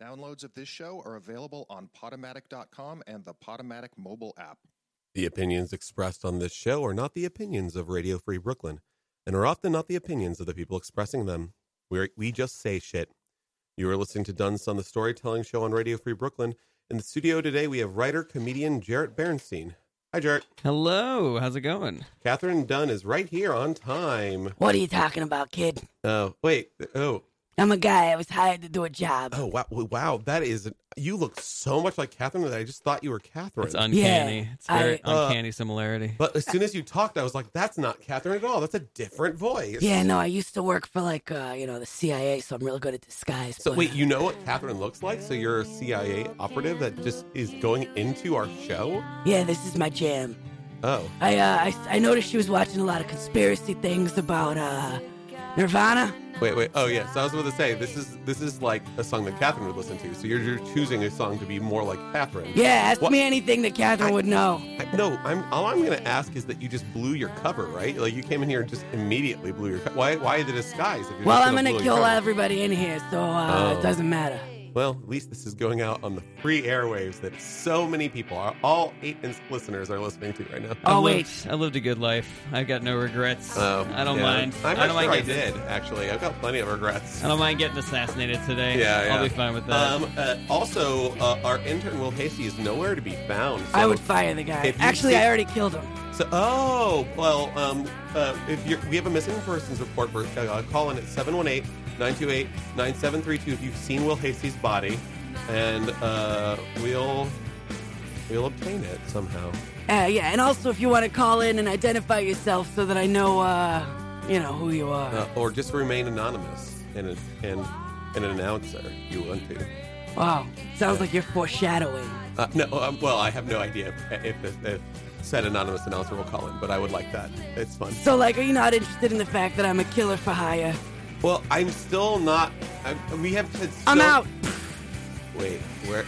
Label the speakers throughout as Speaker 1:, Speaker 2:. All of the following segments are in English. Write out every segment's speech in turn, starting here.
Speaker 1: Downloads of this show are available on Potomatic.com and the Potomatic mobile app.
Speaker 2: The opinions expressed on this show are not the opinions of Radio Free Brooklyn and are often not the opinions of the people expressing them. we we just say shit. You are listening to Dunstan, the storytelling show on Radio Free Brooklyn. In the studio today, we have writer comedian Jarrett Berenstein. Hi, Jarrett.
Speaker 3: Hello, how's it going?
Speaker 2: Catherine Dunn is right here on time.
Speaker 4: What are you talking about, kid?
Speaker 2: Oh, wait. Oh,
Speaker 4: I'm a guy. I was hired to do a job.
Speaker 2: oh, wow. Wow, that is. You look so much like Catherine that I just thought you were Catherine.
Speaker 3: It's uncanny.
Speaker 4: Yeah,
Speaker 3: it's very
Speaker 4: I-
Speaker 2: Uh,
Speaker 3: uncanny similarity.
Speaker 2: but as soon as you talked, I was like, that's not Catherine at all. That's a different voice.
Speaker 4: Yeah, no, I used to work for like uh, you know the CIA, so I'm real good at disguise.
Speaker 2: So
Speaker 4: but,
Speaker 2: wait,
Speaker 4: uh,
Speaker 2: you know what Catherine looks like? So you're a CIA operative that just is going into our show?
Speaker 4: yeah, this is my jam.
Speaker 2: Oh,
Speaker 4: I uh, I, I noticed she was watching a lot of conspiracy things about uh, Nirvana.
Speaker 2: wait, wait. Oh yeah. So I was about to say this is this is like a song that Catherine would listen to. So you're, you're choosing a song to be more like Catherine.
Speaker 4: Yeah, ask
Speaker 2: What?
Speaker 4: me anything that Catherine
Speaker 2: I-
Speaker 4: would know.
Speaker 2: I, no, I'm all I'm gonna ask is that you just blew your cover, right? Like you came in here and just immediately blew your. Co- why why the disguise? If you're
Speaker 4: Well,
Speaker 2: just
Speaker 4: I'm gonna
Speaker 2: blow your
Speaker 4: kill
Speaker 2: cover?
Speaker 4: everybody in here, so uh,
Speaker 2: Oh.
Speaker 4: it doesn't matter.
Speaker 2: Well, at least this is going out on the free airwaves that so many people are all eight listeners are listening to right now.
Speaker 4: Oh
Speaker 3: I
Speaker 4: wait,
Speaker 3: lived, I lived a good life. I got no regrets.
Speaker 2: Oh,
Speaker 3: I don't
Speaker 2: yeah.
Speaker 3: mind.
Speaker 2: I'm
Speaker 3: I
Speaker 2: not
Speaker 3: don't
Speaker 2: sure
Speaker 3: mind
Speaker 2: I
Speaker 3: getting,
Speaker 2: did actually. I've got plenty of regrets.
Speaker 3: I don't mind getting assassinated today.
Speaker 2: Yeah, yeah.
Speaker 3: I'll be fine with that.
Speaker 2: Um, uh, also, uh, our intern Will Hasty is nowhere to be found. So,
Speaker 4: I would fire the guy.
Speaker 2: if you
Speaker 4: Actually,
Speaker 2: see-
Speaker 4: I already killed him.
Speaker 2: So, oh, well, um, uh, if you're, we have a missing persons report for uh, call in at 718-928-9732 if you've seen Will Hasty's body, and uh, we'll we'll obtain it somehow.
Speaker 4: Uh, yeah, and also if you want to call in and identify yourself so that I know, uh, you know who you are.
Speaker 2: Uh, or just remain anonymous and and and announce her if you want to.
Speaker 4: Wow, sounds like you're foreshadowing.
Speaker 2: Uh, no, um, well, I have no idea if, if, if said anonymous announcer will call in, but I would like that. It's fun.
Speaker 4: So, like, are you not interested in the fact that I'm a killer for hire?
Speaker 2: Well, I'm still not. I, we have. Said so,
Speaker 4: I'm out.
Speaker 2: Wait, where?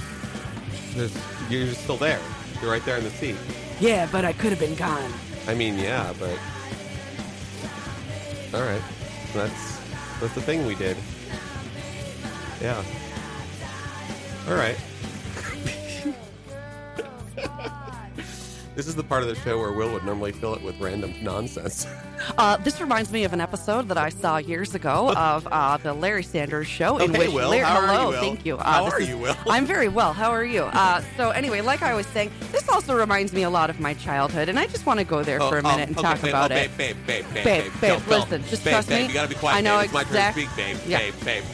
Speaker 2: There's, you're still there. You're right there in the seat.
Speaker 4: Yeah, but I could have been gone.
Speaker 2: I mean, yeah, but all right. That's that's the thing we did. Yeah. All right. this is the part of the show where Will would normally fill it with random nonsense.
Speaker 5: Uh, this reminds me of an episode that I saw years ago
Speaker 4: Oh.
Speaker 5: of uh, the Larry Sanders Show. in
Speaker 2: Okay,
Speaker 5: which
Speaker 2: Will,
Speaker 5: Larry,
Speaker 2: how are you,
Speaker 5: hello,
Speaker 2: Will?
Speaker 5: thank you. Uh,
Speaker 2: How
Speaker 5: this
Speaker 2: are
Speaker 5: is-
Speaker 2: you, Will?
Speaker 5: I'm very well. How are you? Uh, so anyway, like I was saying, this also reminds me a lot of my childhood, and I just want to go there for
Speaker 2: um,
Speaker 5: a minute and
Speaker 2: okay,
Speaker 5: talk
Speaker 2: babe,
Speaker 5: about
Speaker 2: oh,
Speaker 5: it.
Speaker 2: Babe, babe, babe, babe,
Speaker 5: Babe,
Speaker 2: babe,
Speaker 5: babe,
Speaker 2: don't- don't.
Speaker 5: listen, just
Speaker 2: babe,
Speaker 5: trust
Speaker 2: babe,
Speaker 5: me.
Speaker 2: You gotta be quiet.
Speaker 5: I know
Speaker 2: babe. It's my
Speaker 5: exact-
Speaker 2: turn to speak, babe,
Speaker 5: Yeah.
Speaker 2: babe, babe.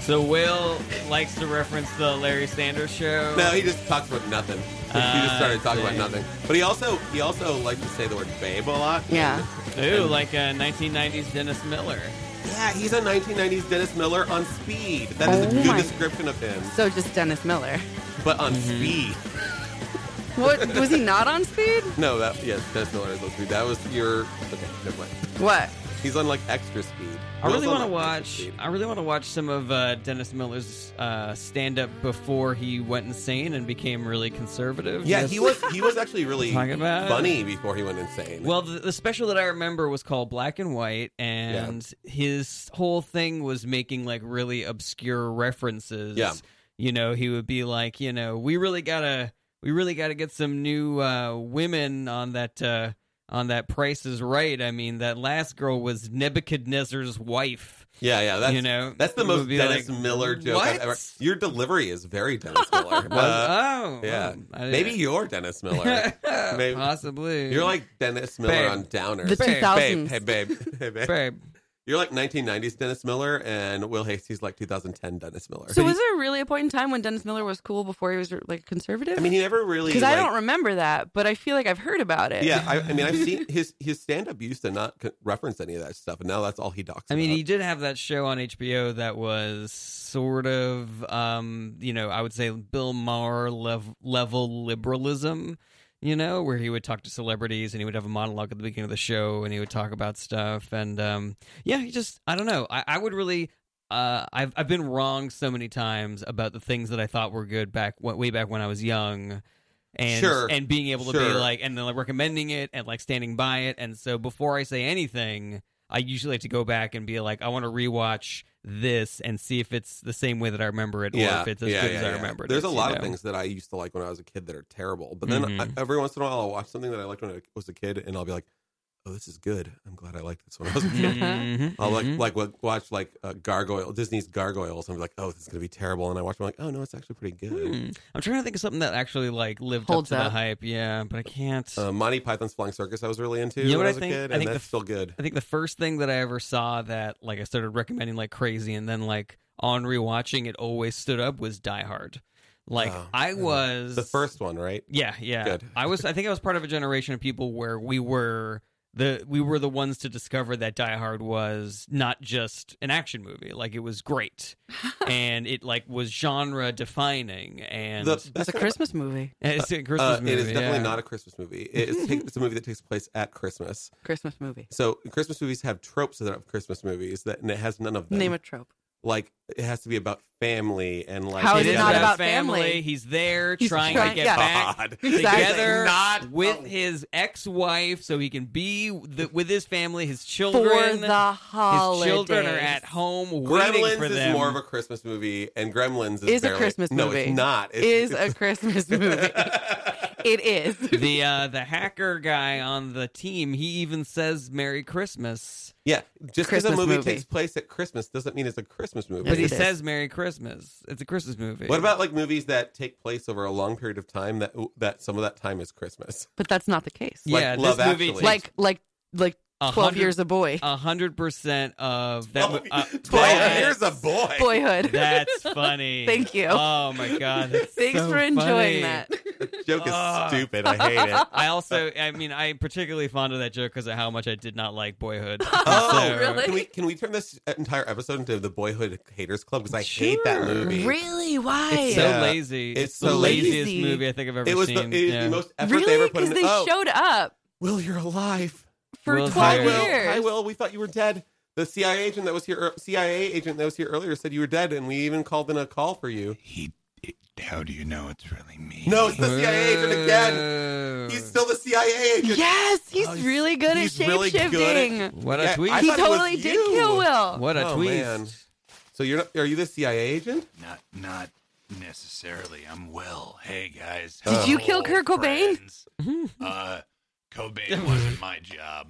Speaker 3: so Will likes to reference the Larry Sanders show.
Speaker 2: No, he just talks about nothing. He just
Speaker 3: Ah,
Speaker 2: started talking
Speaker 3: I
Speaker 2: about
Speaker 3: see.
Speaker 2: nothing. But he also he also likes to say the word babe a lot.
Speaker 5: Yeah.
Speaker 3: Ooh, like a 1990s Dennis Miller.
Speaker 2: Yeah, he's a 1990s Dennis Miller on speed. That is a
Speaker 5: Oh
Speaker 2: good
Speaker 5: my-
Speaker 2: description of him.
Speaker 5: So just Dennis Miller.
Speaker 2: But on
Speaker 3: Mm-hmm.
Speaker 2: speed.
Speaker 5: What was he not on speed?
Speaker 2: No, that yes, Dennis Miller is on speed. That was your okay. Never mind.
Speaker 5: What?
Speaker 2: He's on like extra speed.
Speaker 3: I really
Speaker 2: Will's
Speaker 3: want
Speaker 2: on,
Speaker 3: to
Speaker 2: like, extra
Speaker 3: watch.
Speaker 2: speed.
Speaker 3: I really want to watch some of uh, Dennis Miller's uh, stand-up before he went insane and became really conservative.
Speaker 2: Yeah,
Speaker 3: That's-
Speaker 2: he was he was actually really
Speaker 3: Talking about-
Speaker 2: funny before he went insane.
Speaker 3: Well, the, the special that I remember was called Black and White, and his whole thing was making like really obscure references.
Speaker 2: Yeah.
Speaker 3: You know, he would be like, you know, we really gotta, we really gotta get some new uh, women on that, uh, on that Price is Right. I mean, that last girl was Nebuchadnezzar's wife.
Speaker 2: yeah, yeah, that's
Speaker 3: you know,
Speaker 2: that's the
Speaker 3: it
Speaker 2: most
Speaker 3: would be
Speaker 2: Dennis
Speaker 3: like,
Speaker 2: Miller joke I've
Speaker 3: "What?"
Speaker 2: ever. Your delivery is very Dennis Miller.
Speaker 3: Was-
Speaker 2: Uh,
Speaker 3: oh,
Speaker 2: yeah,
Speaker 3: well, I didn't-
Speaker 2: maybe you're Dennis Miller. Maybe-
Speaker 3: possibly.
Speaker 2: You're like Dennis Miller
Speaker 3: Babe.
Speaker 2: on Downers.
Speaker 5: The
Speaker 2: Babe,
Speaker 5: 2000s.
Speaker 2: Babe, hey babe, hey babe.
Speaker 3: babe.
Speaker 2: You're like 1990s Dennis Miller, and Will Hasty's like 2010 Dennis Miller.
Speaker 5: So was there really a point in time when Dennis Miller was cool before he was like conservative?
Speaker 2: I mean, he never really.
Speaker 5: because I
Speaker 2: like-
Speaker 5: don't remember that, but I feel like I've heard about it.
Speaker 2: Yeah, I, I mean, I've seen his his stand up used to not co- reference any of that stuff, and now that's all he docs.
Speaker 3: I mean,
Speaker 2: about.
Speaker 3: he did have that show on HBO that was sort of, um, you know, I would say Bill Maher lev- level liberalism, you know, where he would talk to celebrities and he would have a monologue at the beginning of the show and he would talk about stuff. And um, yeah, he just, I don't know. I, I would really. Uh, I've I've been wrong so many times about the things that I thought were good back wa- way back when I was young, and
Speaker 2: Sure.
Speaker 3: and being able to be
Speaker 2: Sure.
Speaker 3: like and then like recommending it and like standing by it. And so before I say anything, I usually like to go back and be like, I want to rewatch this and see if it's the same way that I remember it or if it's as good as I remember it.
Speaker 2: There's a
Speaker 3: is, you
Speaker 2: lot of
Speaker 3: know?
Speaker 2: things that I used to like when I was a kid that are terrible. But then
Speaker 3: Mhm.
Speaker 2: I, every once in a while, I'll watch something that I liked when I was a kid, and I'll be like, "Oh, this is good. I'm glad I liked this when I was a kid."
Speaker 3: Mhm,
Speaker 2: I'll like
Speaker 3: mhm.
Speaker 2: like wa- watch like uh, Gargoyle Disney's Gargoyles and be like, oh, this is gonna be terrible, and I watch them like, oh no, it's actually pretty good.
Speaker 3: Hmm. I'm trying to think of something that actually like lived
Speaker 5: Holds
Speaker 3: up to the
Speaker 5: up.
Speaker 3: hype. Yeah, but I can't.
Speaker 2: Uh, Monty Python's Flying Circus I was really into
Speaker 3: You know
Speaker 2: when
Speaker 3: what
Speaker 2: I
Speaker 3: I
Speaker 2: was
Speaker 3: think?
Speaker 2: a kid,
Speaker 3: I
Speaker 2: and
Speaker 3: think the
Speaker 2: that's
Speaker 3: f-
Speaker 2: still good.
Speaker 3: I think the first thing that I ever saw that like I started recommending like crazy, and then like on rewatching, it always stood up was Die Hard. Like
Speaker 2: Oh,
Speaker 3: I
Speaker 2: yeah.
Speaker 3: was
Speaker 2: The first one, right?
Speaker 3: Yeah, yeah.
Speaker 2: Good.
Speaker 3: I was. I think I was part of a generation of people where we were the we were the ones to discover that Die Hard was not just an action movie. Like it was great, and it like was genre defining. And
Speaker 2: The
Speaker 5: It's
Speaker 2: best
Speaker 5: a
Speaker 2: thing
Speaker 5: Christmas movie.
Speaker 3: and it's a
Speaker 2: about-
Speaker 3: Christmas
Speaker 2: uh,
Speaker 3: movie.
Speaker 2: it is definitely
Speaker 3: yeah.
Speaker 2: not a Christmas movie. It is take, it's a movie that takes place at Christmas.
Speaker 5: Christmas movie.
Speaker 2: So Christmas movies have tropes that are Christmas movies that, and it has none of them.
Speaker 5: Name a trope.
Speaker 2: like it has to be about family and like
Speaker 5: How
Speaker 3: It
Speaker 5: Oh, is
Speaker 3: is
Speaker 5: not
Speaker 3: about
Speaker 5: about
Speaker 3: family.
Speaker 5: family.
Speaker 3: He's there
Speaker 5: He's
Speaker 3: trying
Speaker 5: trying-
Speaker 3: to get
Speaker 5: yeah.
Speaker 3: back
Speaker 2: God.
Speaker 5: Exactly.
Speaker 3: together
Speaker 2: Not-
Speaker 3: with
Speaker 2: oh.
Speaker 3: his ex-wife, so he can be the, with his family, his
Speaker 5: For
Speaker 3: children.
Speaker 5: the holidays.
Speaker 3: his children are at home waiting
Speaker 2: Gremlins
Speaker 3: for
Speaker 2: is
Speaker 3: them.
Speaker 2: more of a Christmas movie, and Gremlins is,
Speaker 5: Is a
Speaker 2: barely-
Speaker 5: Christmas
Speaker 2: no,
Speaker 5: movie.
Speaker 2: it's not. It's,
Speaker 5: Is
Speaker 2: it's-
Speaker 5: a Christmas movie. it is.
Speaker 3: the uh, the hacker guy on the team, he even says "Merry Christmas,"
Speaker 2: yeah. Just because a
Speaker 5: Christmas
Speaker 2: movie,
Speaker 5: movie.
Speaker 2: takes place at Christmas doesn't mean it's a Christmas movie.
Speaker 3: but he
Speaker 5: it is.
Speaker 3: says "Merry Christmas." It's a Christmas movie.
Speaker 2: What about like movies that take place over a long period of time that that some of that time is Christmas?
Speaker 5: But that's not the case.
Speaker 2: like
Speaker 3: yeah?
Speaker 2: Love
Speaker 3: this movie
Speaker 2: Actually?
Speaker 3: takes
Speaker 5: Like like like
Speaker 3: A
Speaker 5: twelve
Speaker 3: hundred-
Speaker 5: years a boy.
Speaker 2: Uh,
Speaker 3: a hundred percent of that. mo- uh,
Speaker 2: Boy,
Speaker 3: that-
Speaker 2: here's Oh, a boy.
Speaker 5: Boyhood.
Speaker 3: That's funny.
Speaker 5: Thank you.
Speaker 3: Oh my god. that's
Speaker 5: Thanks
Speaker 3: so
Speaker 5: for
Speaker 3: funny.
Speaker 5: enjoying that.
Speaker 2: The joke is
Speaker 3: Ugh.
Speaker 2: stupid. I hate it.
Speaker 3: I also, I mean, I'm particularly fond of that joke because of how much I did not like Boyhood.
Speaker 2: Oh,
Speaker 3: So-
Speaker 5: really?
Speaker 2: Can we can we turn this entire episode into the Boyhood Haters Club because I hate that movie.
Speaker 5: Really? Why?
Speaker 3: It's so
Speaker 2: Yeah.
Speaker 3: lazy.
Speaker 2: It's
Speaker 3: the
Speaker 2: so
Speaker 3: laziest
Speaker 5: lazy.
Speaker 3: movie I think I've ever
Speaker 2: It was the,
Speaker 3: seen.
Speaker 2: it is
Speaker 3: yeah.
Speaker 2: the most effort they
Speaker 5: really?
Speaker 2: ever put
Speaker 5: Because
Speaker 2: in.
Speaker 5: they
Speaker 2: oh,
Speaker 5: showed up
Speaker 2: Will, you're alive.
Speaker 5: for
Speaker 3: Will's
Speaker 5: twelve
Speaker 2: Hi,
Speaker 3: there.
Speaker 2: Will.
Speaker 5: years.
Speaker 2: Hi, Will. We thought you were dead. The CIA agent that was here, er, CIA agent that was here earlier, said you were dead, and we even called in a call for you.
Speaker 6: He. it- How do you know it's really me?
Speaker 2: No, it's the CIA agent again.
Speaker 3: Oh.
Speaker 2: He's still the CIA agent.
Speaker 5: Yes, he's
Speaker 2: Oh, he's-
Speaker 5: really good
Speaker 2: he's
Speaker 5: at
Speaker 2: really
Speaker 5: shape
Speaker 2: good at-
Speaker 5: shifting.
Speaker 3: What a
Speaker 2: Yeah,
Speaker 3: tweet.
Speaker 2: I
Speaker 5: he
Speaker 2: thought it was
Speaker 5: totally did
Speaker 2: you.
Speaker 5: kill Will.
Speaker 3: What a
Speaker 2: Oh,
Speaker 3: tweet.
Speaker 2: man. So you're not, are you the CIA agent?
Speaker 6: Not, not necessarily. I'm Will. Hey guys.
Speaker 5: Did you
Speaker 6: Hello,
Speaker 5: kill Kurt Cobain?
Speaker 6: friends. uh, Cobain wasn't my job.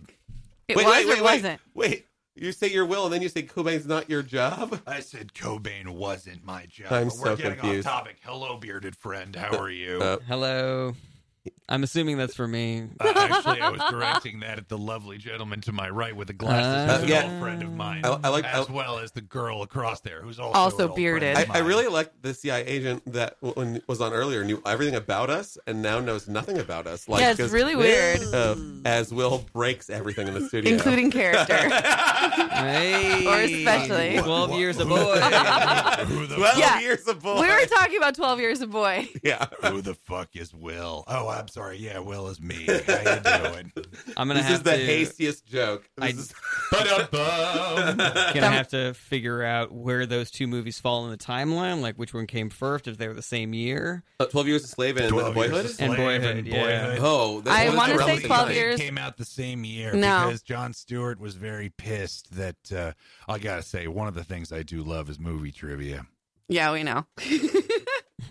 Speaker 5: It
Speaker 2: wait,
Speaker 5: was
Speaker 2: wait,
Speaker 5: or
Speaker 2: wait,
Speaker 5: it
Speaker 2: wait,
Speaker 5: wasn't.
Speaker 2: Wait, you say you're Will, and then you say Cobain's not your job.
Speaker 6: I said Cobain wasn't my job.
Speaker 2: I'm
Speaker 6: but
Speaker 2: so
Speaker 6: we're getting
Speaker 2: confused.
Speaker 6: off topic. Hello, bearded friend. How are you?
Speaker 2: uh,
Speaker 3: Hello. I'm assuming that's for me.
Speaker 6: Uh, actually, I was directing that at the lovely gentleman to my right with the
Speaker 3: Uh,
Speaker 6: glasses, who's
Speaker 2: yeah.
Speaker 6: an old friend of mine,
Speaker 2: I, I like. I,
Speaker 6: as well as the girl across there, who's also
Speaker 5: Also
Speaker 6: an old
Speaker 5: bearded.
Speaker 6: friend
Speaker 2: I,
Speaker 6: of
Speaker 2: I
Speaker 6: mine.
Speaker 2: really like the CIA agent that w- when was on earlier knew everything about us and now knows nothing about us. Like,
Speaker 5: Yeah, it's
Speaker 2: 'cause-
Speaker 5: really weird.
Speaker 2: Uh, as Will breaks everything in the studio,
Speaker 5: Including character.
Speaker 3: Hey.
Speaker 5: Or especially.
Speaker 3: 12
Speaker 6: What-
Speaker 3: years a boy.
Speaker 6: who the
Speaker 2: Twelve
Speaker 5: Yeah.
Speaker 2: years of boy.
Speaker 5: we were talking about 12 years a boy.
Speaker 2: yeah.
Speaker 6: Who the fuck is Will? Oh, I'm sorry. Yeah, Will is me. How you doing?
Speaker 3: I'm going to
Speaker 2: This
Speaker 3: have
Speaker 2: is the
Speaker 3: to
Speaker 2: hastiest joke. This
Speaker 3: I-
Speaker 2: is-
Speaker 6: Ba-dum-bum.
Speaker 3: gonna have to figure out where those two movies fall in the timeline, like which one came first, if they were the same year.
Speaker 2: Uh, Twelve years a slave and
Speaker 6: Twelve Years
Speaker 2: boyhood.
Speaker 6: a Slave
Speaker 3: And Boyhood, yeah.
Speaker 2: Oh, that-
Speaker 5: I
Speaker 2: that is
Speaker 5: wanna say
Speaker 2: irrelevant.
Speaker 6: Probably
Speaker 5: 12
Speaker 6: they
Speaker 5: years.
Speaker 6: came out the same year
Speaker 5: No.
Speaker 6: because John Stewart was very pissed that uh, I gotta say one of the things I do love is movie trivia.
Speaker 5: Yeah, we know.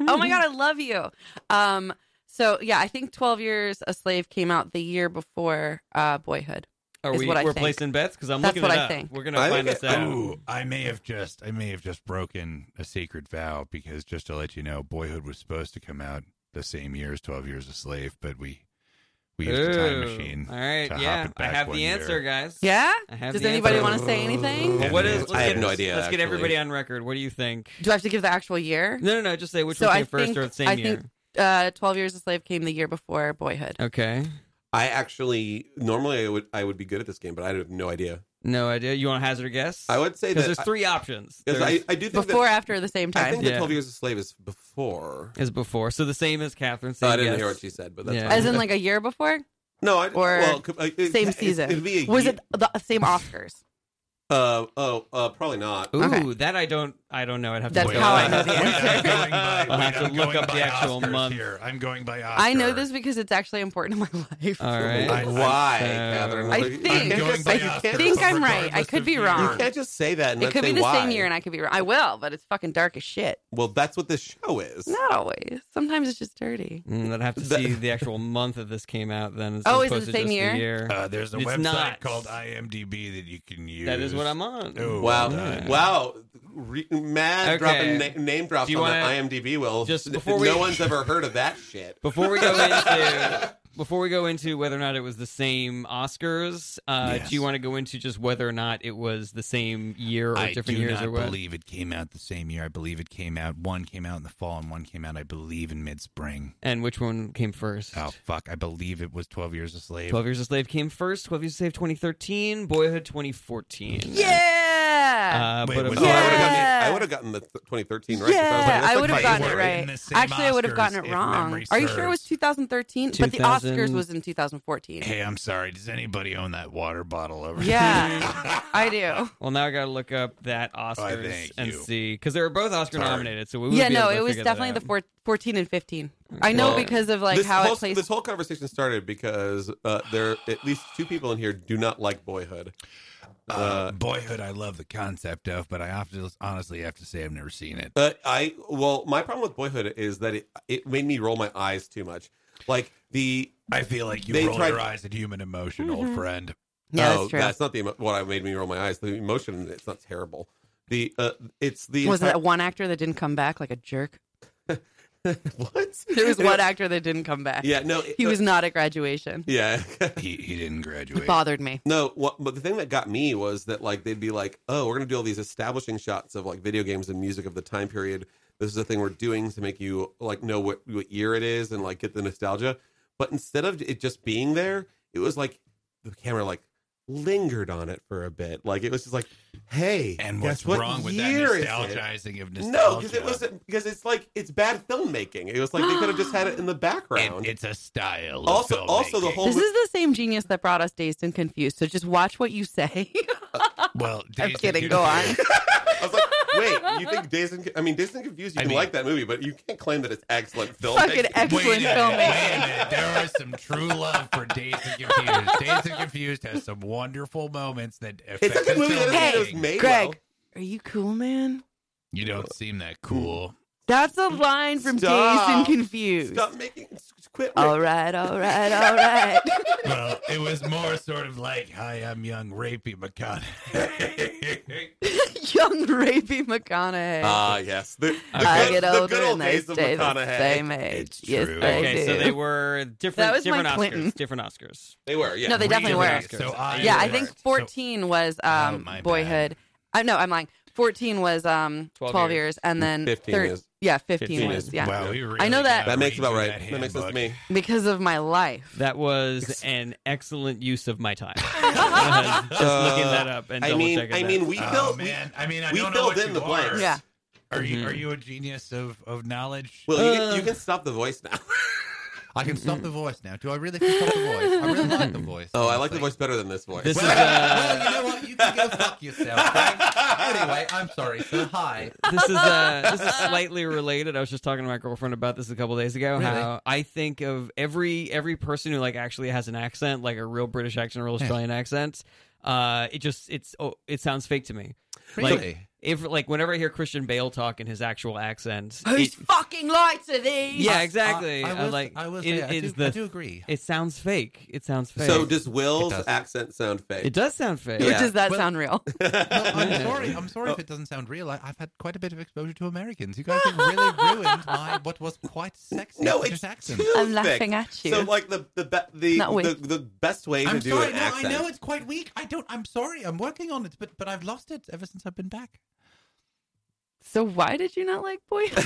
Speaker 5: oh my god, I love you. Um so yeah, I think 12 years a slave came out the year before uh boyhood.
Speaker 3: Are
Speaker 5: Is
Speaker 3: we
Speaker 5: what I
Speaker 3: we're
Speaker 5: think.
Speaker 3: placing bets because I'm
Speaker 5: That's
Speaker 3: looking
Speaker 5: what
Speaker 3: it
Speaker 5: I
Speaker 3: up.
Speaker 5: think.
Speaker 3: We're gonna
Speaker 2: I
Speaker 3: find
Speaker 2: think
Speaker 3: this
Speaker 2: it-
Speaker 3: out.
Speaker 6: Ooh, I may have just I may have just broken a sacred vow because just to let you know, Boyhood was supposed to come out the same year as Twelve Years a Slave, but we we used a time
Speaker 3: Ooh.
Speaker 6: machine.
Speaker 3: All right,
Speaker 6: to hop
Speaker 3: yeah,
Speaker 6: it
Speaker 3: I
Speaker 6: back
Speaker 3: have
Speaker 6: one
Speaker 3: the
Speaker 6: year.
Speaker 3: answer, guys.
Speaker 5: Yeah?
Speaker 3: I have
Speaker 5: Does
Speaker 3: the
Speaker 5: anybody
Speaker 3: answer.
Speaker 5: want to say anything?
Speaker 6: Yeah.
Speaker 3: Well, what is? let's
Speaker 2: I have
Speaker 3: get-
Speaker 2: no idea,
Speaker 3: Let's get
Speaker 2: actually.
Speaker 3: everybody on record. What do you think?
Speaker 5: Do I have to give the actual year?
Speaker 3: No, no, no. Just say which
Speaker 5: So
Speaker 3: one
Speaker 5: I
Speaker 3: came first
Speaker 5: think-
Speaker 3: or the same
Speaker 5: I
Speaker 3: year.
Speaker 5: think- Uh 12 years a slave came the year before boyhood.
Speaker 3: Okay.
Speaker 2: I actually normally I would I would be good at this game, but I have no idea.
Speaker 3: No idea. You want to hazard a guess?
Speaker 2: I would say
Speaker 3: Because
Speaker 2: that
Speaker 3: there's three options.
Speaker 2: because
Speaker 3: There's-
Speaker 2: I, I do think
Speaker 5: Before
Speaker 2: that,
Speaker 5: after the same
Speaker 2: I
Speaker 5: time.
Speaker 2: think that
Speaker 3: Yeah.
Speaker 2: Twelve Years a Slave is before.
Speaker 3: is before. So the same as Catherine.
Speaker 2: So
Speaker 3: Same
Speaker 2: Oh, I didn't
Speaker 3: guess.
Speaker 2: hear what she said, but that's
Speaker 3: Yeah.
Speaker 2: fine.
Speaker 5: As in like a year before?
Speaker 2: no, I,
Speaker 5: or
Speaker 2: well, it could- it- it-
Speaker 5: Same
Speaker 2: it-
Speaker 5: season.
Speaker 2: It'd be a
Speaker 5: Was
Speaker 2: year-
Speaker 5: it the same Oscars?
Speaker 2: Uh, oh, uh, probably not.
Speaker 3: Ooh,
Speaker 5: Okay.
Speaker 3: that I don't. I don't know. I'd have to.
Speaker 5: That's
Speaker 3: look it
Speaker 5: how I
Speaker 3: up.
Speaker 5: know the
Speaker 6: Without
Speaker 5: answer.
Speaker 6: uh, going by
Speaker 3: I'll have to
Speaker 6: I'm
Speaker 3: look
Speaker 6: going
Speaker 3: up the
Speaker 6: by
Speaker 3: actual
Speaker 6: Oscars
Speaker 3: month.
Speaker 6: Here. I'm going by Oscar.
Speaker 5: I know this because it's actually important in my life.
Speaker 3: All right.
Speaker 6: I-
Speaker 2: Why,
Speaker 3: so-
Speaker 2: Catherine?
Speaker 5: I
Speaker 2: You can't
Speaker 5: think-
Speaker 6: I'm
Speaker 2: just
Speaker 6: going
Speaker 2: say-
Speaker 6: by
Speaker 2: you
Speaker 6: Oscar,
Speaker 2: can't
Speaker 5: think
Speaker 6: but
Speaker 5: I'm right. I
Speaker 6: regardless
Speaker 5: could
Speaker 6: of
Speaker 5: be
Speaker 6: year-
Speaker 5: wrong.
Speaker 2: You can't just say that. And
Speaker 5: It
Speaker 2: not
Speaker 5: could
Speaker 2: say
Speaker 5: be the
Speaker 2: why.
Speaker 5: same year, and I could be wrong. I will, but it's fucking dark as shit.
Speaker 2: well, that's what this show is.
Speaker 5: Not always. Sometimes it's just dirty.
Speaker 3: Mm, I'd have to
Speaker 2: That-
Speaker 3: see the actual month that this came out. Then as
Speaker 5: Oh, is it
Speaker 3: opposed
Speaker 5: the
Speaker 3: to
Speaker 5: same
Speaker 3: just
Speaker 5: year?
Speaker 6: Uh, there's a
Speaker 3: It's
Speaker 6: website
Speaker 3: not.
Speaker 6: called IMDb that you can use.
Speaker 3: that is what I'm on.
Speaker 6: Oh,
Speaker 2: Wow.
Speaker 6: Yeah.
Speaker 2: Wow. Re- mad
Speaker 3: Okay.
Speaker 2: dropping na- name drops
Speaker 3: Do you
Speaker 2: on
Speaker 3: wanna-
Speaker 2: the IMDb will.
Speaker 3: just before
Speaker 2: no
Speaker 3: we-
Speaker 2: one's ever heard of that shit.
Speaker 3: Before we go into before we go into whether or not it was the same Oscars, uh,
Speaker 6: Yes.
Speaker 3: do you want to go into just whether or not it was the same year or
Speaker 6: I
Speaker 3: different
Speaker 6: do
Speaker 3: years
Speaker 6: not
Speaker 3: or what?
Speaker 6: believe it came out the same year. I believe it came out. One came out in the fall, and one came out, I believe, in mid-spring.
Speaker 3: and which one came first?
Speaker 6: Oh fuck! I believe it was Twelve Years a Slave.
Speaker 3: Twelve Years a Slave came first. Twelve Years a Slave 2013. Boyhood 2014.
Speaker 5: Yeah.
Speaker 3: Uh,
Speaker 6: Wait,
Speaker 3: but
Speaker 6: was
Speaker 2: Oh, I
Speaker 5: Yeah.
Speaker 2: would
Speaker 3: about-
Speaker 2: have gotten, I would've gotten the th- 2013 right. 'cause
Speaker 5: Yeah,
Speaker 2: I,
Speaker 5: I
Speaker 2: was like, that's
Speaker 5: would
Speaker 2: like
Speaker 5: have
Speaker 2: my
Speaker 5: gotten
Speaker 2: year.
Speaker 5: it
Speaker 6: favorite in
Speaker 5: right.
Speaker 6: the same
Speaker 5: Actually, I would have
Speaker 6: Oscars,
Speaker 5: gotten it
Speaker 6: if
Speaker 5: wrong.
Speaker 6: memory
Speaker 5: Are you sure it was
Speaker 6: serves.
Speaker 5: 2013? But the
Speaker 3: 2000.
Speaker 5: Oscars was in 2014.
Speaker 6: Hey, I'm sorry. Does anybody own that water bottle over
Speaker 5: Yeah, I do.
Speaker 3: Well, now I got to look up
Speaker 5: Oh,
Speaker 3: that Oscars
Speaker 6: thank
Speaker 3: and
Speaker 6: you.
Speaker 3: see because they were both Oscar
Speaker 6: Sorry.
Speaker 3: nominated. So we would
Speaker 5: Yeah,
Speaker 3: be
Speaker 5: no,
Speaker 3: able to
Speaker 5: it was
Speaker 3: figure that
Speaker 5: definitely the
Speaker 3: out.
Speaker 5: four, 14 and 15. I know
Speaker 2: Well,
Speaker 5: because of like
Speaker 2: this
Speaker 5: how
Speaker 2: whole,
Speaker 5: it plays.
Speaker 2: This whole conversation started because uh, there at least two people in here do not like Boyhood.
Speaker 6: Uh,
Speaker 2: Um,
Speaker 6: Boyhood, I love the concept of, but I have to honestly have to say I've never seen it.
Speaker 2: But I well, my problem with Boyhood is that it it made me roll my eyes too much. Like the
Speaker 6: I feel like you
Speaker 2: They
Speaker 6: roll
Speaker 2: tried-
Speaker 6: your eyes at human emotion,
Speaker 3: Mm-hmm.
Speaker 6: old friend.
Speaker 5: yeah,
Speaker 2: oh,
Speaker 5: that's true.
Speaker 2: not the emo- what I made me roll my eyes. The emotion it's not terrible. The uh, it's the
Speaker 5: was
Speaker 2: entire-
Speaker 5: that one actor that didn't come back like a jerk?
Speaker 2: what
Speaker 5: There was
Speaker 2: Anyway,
Speaker 5: one actor that didn't come back.
Speaker 2: Yeah, no, it- uh,
Speaker 5: He was not at graduation.
Speaker 2: yeah.
Speaker 6: He he didn't
Speaker 5: It
Speaker 6: graduate.
Speaker 5: bothered me.
Speaker 2: No, what, but the thing that got me was that like they'd be like, "Oh, we're gonna do all these establishing shots of like video games and music of the time period. This is the thing we're doing to make you like know what what year it is and like get the nostalgia." But instead of it just being there, it was like the camera like lingered on it for a bit. Like it was just like, "Hey,
Speaker 6: And
Speaker 2: guess
Speaker 6: what's
Speaker 2: what
Speaker 6: wrong with that
Speaker 2: year is it?
Speaker 6: nostalgizing of nostalgia?
Speaker 2: No, because it was because it's like it's bad filmmaking. It was like they could have just had it in the background.
Speaker 6: It- it's a style. of
Speaker 2: Also- also the
Speaker 6: filmmaking.
Speaker 2: whole-
Speaker 5: This is the same genius that brought us Dazed and Confused. So just watch what you say.
Speaker 6: well.
Speaker 5: I'm
Speaker 6: Days of
Speaker 5: kidding.
Speaker 6: Future
Speaker 5: Go on.
Speaker 6: Past-
Speaker 2: I was like, wait, you think Days and I mean Days and Confused? You
Speaker 6: I
Speaker 2: can
Speaker 6: mean-
Speaker 2: like that movie, but you can't claim that it's excellent film.
Speaker 5: Fucking
Speaker 6: Wait a
Speaker 5: excellent
Speaker 6: minute, Wait a
Speaker 5: filmmaking.
Speaker 6: minute. There are some true love for Days and Confused. Days and Confused has some wonderful moments that
Speaker 2: It's
Speaker 6: affect
Speaker 2: a good
Speaker 6: the
Speaker 2: movie that doesn't
Speaker 5: Hey,
Speaker 2: mean it was
Speaker 6: filmmaking.
Speaker 2: made
Speaker 5: Greg, are you cool, man?
Speaker 6: You don't seem that cool.
Speaker 5: That's a line from
Speaker 2: Stop.
Speaker 5: Dazed and
Speaker 2: well.
Speaker 5: Confused.
Speaker 2: Stop making quit.
Speaker 5: All right, all right, all right.
Speaker 6: well, it was more sort of like, "Hi, I'm young rapey McConaughey."
Speaker 5: Young rapey McConaughey.
Speaker 2: Ah, yes. The, the
Speaker 5: I
Speaker 2: good,
Speaker 5: get
Speaker 2: the
Speaker 5: older
Speaker 2: good old
Speaker 5: and they
Speaker 2: days of
Speaker 5: stay the
Speaker 2: McConaughey.
Speaker 5: same age.
Speaker 6: It's
Speaker 5: yes,
Speaker 6: true.
Speaker 5: they
Speaker 3: Okay,
Speaker 5: do.
Speaker 3: so they were different.
Speaker 5: That was
Speaker 3: different
Speaker 5: Mike
Speaker 3: Oscars.
Speaker 5: Clinton.
Speaker 3: Different Oscars.
Speaker 2: They were, yeah.
Speaker 5: No, they definitely
Speaker 3: Different
Speaker 5: were.
Speaker 3: Oscars.
Speaker 6: So I-
Speaker 3: They
Speaker 5: yeah, I
Speaker 3: were.
Speaker 5: think
Speaker 6: So-
Speaker 5: 14 was
Speaker 6: Oh,
Speaker 5: um,
Speaker 6: my bad.
Speaker 5: boyhood. I no, I'm lying. 14 was um
Speaker 3: 12
Speaker 5: 12,
Speaker 3: years.
Speaker 5: years. and then
Speaker 2: 15
Speaker 5: thir-
Speaker 2: is-
Speaker 5: Yeah, 15,
Speaker 2: 15
Speaker 5: was.
Speaker 2: is-
Speaker 5: Yeah.
Speaker 6: Wow, we really
Speaker 5: I know that-
Speaker 2: That makes about
Speaker 6: redo
Speaker 2: right.
Speaker 6: that
Speaker 2: That makes sense to
Speaker 6: handbook.
Speaker 2: me.
Speaker 5: Because of my life.
Speaker 3: That was an excellent use of my time. Uh, Just looking that up and
Speaker 2: I
Speaker 3: double
Speaker 2: mean,
Speaker 3: checking
Speaker 2: I
Speaker 3: that.
Speaker 2: mean, we
Speaker 6: Oh
Speaker 2: filled
Speaker 6: man, I mean, I
Speaker 2: we
Speaker 6: don't know
Speaker 2: filled
Speaker 6: what
Speaker 2: in
Speaker 6: you
Speaker 2: the
Speaker 6: are.
Speaker 2: blanks.
Speaker 5: Yeah.
Speaker 6: Are
Speaker 3: Mm-hmm.
Speaker 6: you are you a genius of of knowledge?
Speaker 2: Well, you, can,
Speaker 3: Uh.
Speaker 2: you can stop the voice now.
Speaker 6: I can
Speaker 3: Mm-hmm.
Speaker 6: stop the voice now. Do I really can stop the voice? I really like the voice.
Speaker 2: Oh, I like the voice better than this voice.
Speaker 3: this is
Speaker 6: Well,
Speaker 3: uh,
Speaker 6: well, you know what? You can go fuck yourself. Greg. Anyway, I'm sorry. So hi.
Speaker 3: this is uh, this is slightly related. I was just talking to my girlfriend about this a couple days ago. How I think of every every person who like actually has an accent, like a real British accent, a real Australian accent. Uh, it just it's oh, it sounds fake to me. Like
Speaker 6: Really?
Speaker 3: if like whenever I hear Christian Bale talk in his actual accent,
Speaker 5: Whose
Speaker 3: it-
Speaker 5: fucking lights are these?
Speaker 3: yeah, exactly. I, like it-
Speaker 6: say,
Speaker 3: it is
Speaker 6: do-
Speaker 3: the-
Speaker 6: agree.
Speaker 3: It sounds fake. It sounds fake.
Speaker 2: so does Will's
Speaker 6: It doesn't.
Speaker 2: accent sound fake?
Speaker 3: it does sound fake.
Speaker 2: Yeah.
Speaker 5: Does that
Speaker 6: Well-
Speaker 5: sound real?
Speaker 6: No, I'm
Speaker 3: Yeah.
Speaker 6: sorry. I'm
Speaker 2: Oh.
Speaker 6: sorry if it doesn't sound real. I, I've had quite a bit of exposure to Americans. You guys have really ruined my what was quite sexy
Speaker 2: No,
Speaker 6: British
Speaker 2: it's
Speaker 6: accent.
Speaker 2: too
Speaker 5: I'm
Speaker 2: thick.
Speaker 5: laughing at you.
Speaker 2: So, like the the be- the,
Speaker 5: Not
Speaker 2: the,
Speaker 5: with-
Speaker 2: the best way to
Speaker 6: I'm
Speaker 2: do
Speaker 6: sorry.
Speaker 2: an
Speaker 6: No,
Speaker 2: accent.
Speaker 6: I know it's quite weak. I don't. I'm sorry. I'm working on it, but but I've lost it ever since I've been back.
Speaker 5: So why did you not like boyhood?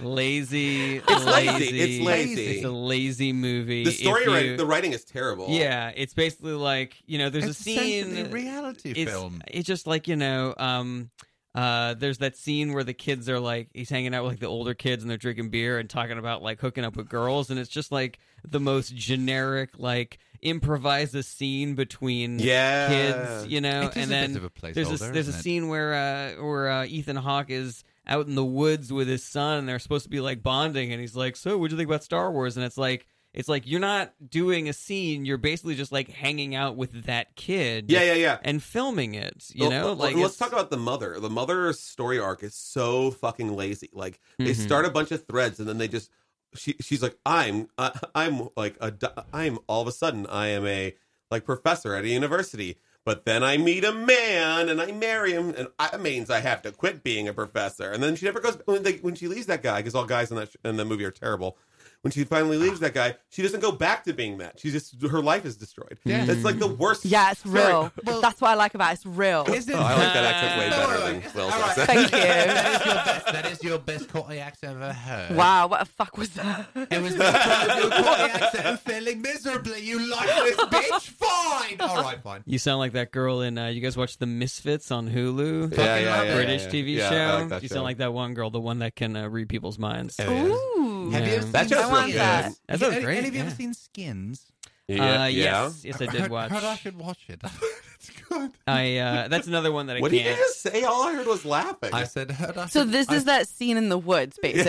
Speaker 3: lazy.
Speaker 2: It's lazy.
Speaker 3: lazy.
Speaker 2: It's lazy.
Speaker 3: It's a lazy movie.
Speaker 2: the story,
Speaker 3: If you-
Speaker 2: writing, the writing is terrible.
Speaker 3: yeah, it's basically like you know, there's
Speaker 6: it's
Speaker 3: a scene.
Speaker 6: essentially reality
Speaker 3: it's,
Speaker 6: film.
Speaker 3: It's just like you know, um, uh, there's that scene where the kids are like he's hanging out with like the older kids and they're drinking beer and talking about like hooking up with girls, and it's just like the most generic like improvise a scene between
Speaker 2: Yeah.
Speaker 3: kids, you know,
Speaker 6: It is
Speaker 3: and
Speaker 6: a bit
Speaker 3: then
Speaker 6: of a
Speaker 3: there's a
Speaker 6: placeholder,
Speaker 3: there's a
Speaker 6: isn't it?
Speaker 3: scene where uh, where uh, Ethan Hawke is out in the woods with his son, and they're supposed to be like bonding. And he's like, "So, what'd you think about Star Wars?" And it's like, it's like you're not doing a scene; you're basically just like hanging out with that kid,
Speaker 2: Yeah, yeah, yeah.
Speaker 3: and filming it. You
Speaker 2: Well,
Speaker 3: know,
Speaker 2: well,
Speaker 3: like
Speaker 2: let's
Speaker 3: it's-
Speaker 2: talk about the mother. The mother's story arc is so fucking lazy. Like they
Speaker 3: Mhm.
Speaker 2: start a bunch of threads and then they just she she's like I'm uh, I'm like a do- I'm all of a sudden I am a like professor at a university. But then I meet a man and I marry him, and I- that means I have to quit being a professor. And then she never goes when, they, when she leaves that guy because all guys in that sh- in that movie are terrible. When she finally
Speaker 3: Ah.
Speaker 2: leaves that guy, she doesn't go back to being that. She just her life is destroyed.
Speaker 6: Yeah.
Speaker 2: That's like the
Speaker 3: Mm.
Speaker 2: worst.
Speaker 5: Yeah, it's
Speaker 2: story.
Speaker 5: real.
Speaker 6: Well-
Speaker 5: That's what I like about it. It's real.
Speaker 6: Isn't
Speaker 2: Oh, I like that accent way
Speaker 6: No,
Speaker 2: better
Speaker 6: no,
Speaker 2: than
Speaker 6: it's-
Speaker 2: Will's
Speaker 6: all right.
Speaker 2: accent.
Speaker 5: Thank
Speaker 6: that
Speaker 5: you.
Speaker 6: is your best. That is your best Courtney accent I've ever heard.
Speaker 5: wow, what the fuck was that?
Speaker 6: It was my Courtney accent. I'm failing miserably. You like this bitch? Fine. All right, fine.
Speaker 3: You sound like that girl in. Uh, you guys watch The Misfits on Hulu?
Speaker 2: Yeah, yeah,
Speaker 6: love
Speaker 2: yeah,
Speaker 3: British
Speaker 2: yeah, yeah.
Speaker 3: TV
Speaker 2: Yeah,
Speaker 3: show.
Speaker 2: I like that
Speaker 3: you
Speaker 2: show.
Speaker 3: sound like that one girl, the one that can uh, read people's minds.
Speaker 2: Yeah.
Speaker 5: Ooh.
Speaker 3: Have you ever
Speaker 2: That show's
Speaker 5: I want
Speaker 2: real
Speaker 5: that.
Speaker 2: good.
Speaker 3: That
Speaker 6: Have
Speaker 3: sounds
Speaker 6: any-
Speaker 3: great,
Speaker 6: Any of you ever
Speaker 3: yeah.
Speaker 6: seen Skins?
Speaker 3: Uh, Yes, yes, I did
Speaker 6: heard-
Speaker 3: watch.
Speaker 6: Heard I should watch it. it's good.
Speaker 3: I uh, that's another one that I
Speaker 2: What did you
Speaker 3: can't.
Speaker 2: just say? All I heard was laughing.
Speaker 6: I said heard I
Speaker 5: So
Speaker 6: should-
Speaker 5: this
Speaker 6: I-
Speaker 5: is that scene in the woods, basically.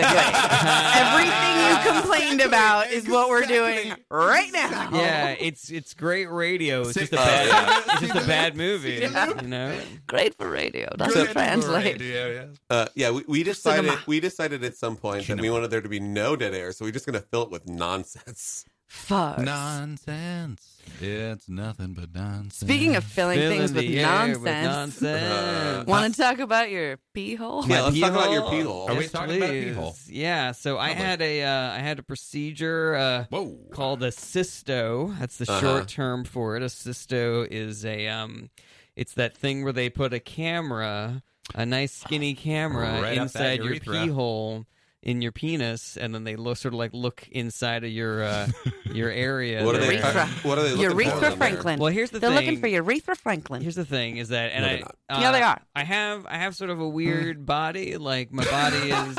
Speaker 6: Yeah.
Speaker 5: Everything you complained about is what we're doing
Speaker 6: Exactly.
Speaker 5: right now.
Speaker 3: Yeah, it's it's great radio. It's
Speaker 6: Six-
Speaker 3: just a
Speaker 6: Oh,
Speaker 3: bad,
Speaker 6: yeah.
Speaker 3: it's just a bad movie. You know,
Speaker 5: Great for radio.
Speaker 6: Good
Speaker 5: Doesn't
Speaker 6: for
Speaker 5: translate.
Speaker 6: radio, yes.
Speaker 2: Uh, yeah, we, we decided
Speaker 5: Cinema.
Speaker 2: we decided at some point that we
Speaker 6: Cinema.
Speaker 2: wanted there to be no dead air, so we're just going to fill it with nonsense.
Speaker 5: Fuck.
Speaker 6: Nonsense. Yeah, it's nothing but nonsense.
Speaker 5: Speaking of filling
Speaker 3: Fill in
Speaker 5: things with
Speaker 3: the air
Speaker 5: nonsense,
Speaker 3: nonsense.
Speaker 5: want to talk about your pee hole?
Speaker 2: Yeah, let's
Speaker 3: pee
Speaker 2: talk about your
Speaker 3: hole?
Speaker 2: pee hole.
Speaker 6: Are we
Speaker 3: Yes,
Speaker 6: talking about a pee
Speaker 3: please.
Speaker 6: hole?
Speaker 3: Yeah. So I had a uh, I had a procedure. Uh,
Speaker 6: Whoa.
Speaker 3: called a cysto. That's the
Speaker 2: Uh-huh.
Speaker 3: short term for it. A cysto is a um, it's that thing where they put a camera, a nice skinny camera
Speaker 6: Right up that
Speaker 3: inside your
Speaker 6: urethra.
Speaker 3: pee hole in your penis, and then they look, sort of like look inside of your uh, your area.
Speaker 2: What are they?
Speaker 3: there.
Speaker 5: Urethra.
Speaker 2: What are they looking for?
Speaker 5: Urethra
Speaker 2: in there?
Speaker 5: Franklin.
Speaker 3: Well, here's the
Speaker 5: They're
Speaker 3: thing.
Speaker 5: looking for Urethra Franklin.
Speaker 3: Here's the thing: is that and
Speaker 2: No,
Speaker 3: I uh,
Speaker 2: they're
Speaker 5: not. Yeah, they are. Mm.
Speaker 3: I have I have sort of a weird body. Like my body is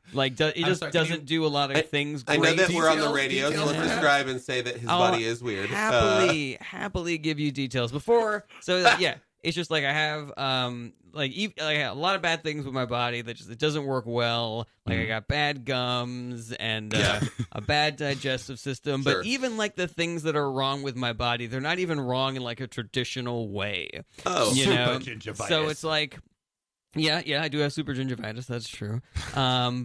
Speaker 3: like do, it
Speaker 6: I'm
Speaker 3: just
Speaker 6: sorry, can
Speaker 3: doesn't do a lot of things.
Speaker 2: I
Speaker 3: Great.
Speaker 2: know that we're on the
Speaker 6: Details,
Speaker 2: radio, so let's
Speaker 6: details.
Speaker 2: describe and say that his
Speaker 3: I'll
Speaker 2: body is weird. Uh,
Speaker 3: happily happily give you details before so like, yeah it's just like i have um like, ev- like a lot of bad things with my body that just it doesn't work well like i got bad gums and uh,
Speaker 2: Mm. Yeah.
Speaker 3: a bad digestive system
Speaker 2: Sure.
Speaker 3: but even like the things that are wrong with my body they're not even wrong in like a traditional way
Speaker 2: oh,
Speaker 3: you
Speaker 6: Super
Speaker 3: know
Speaker 6: gingivitis.
Speaker 3: so it's like yeah yeah i do have super gingivitis that's true um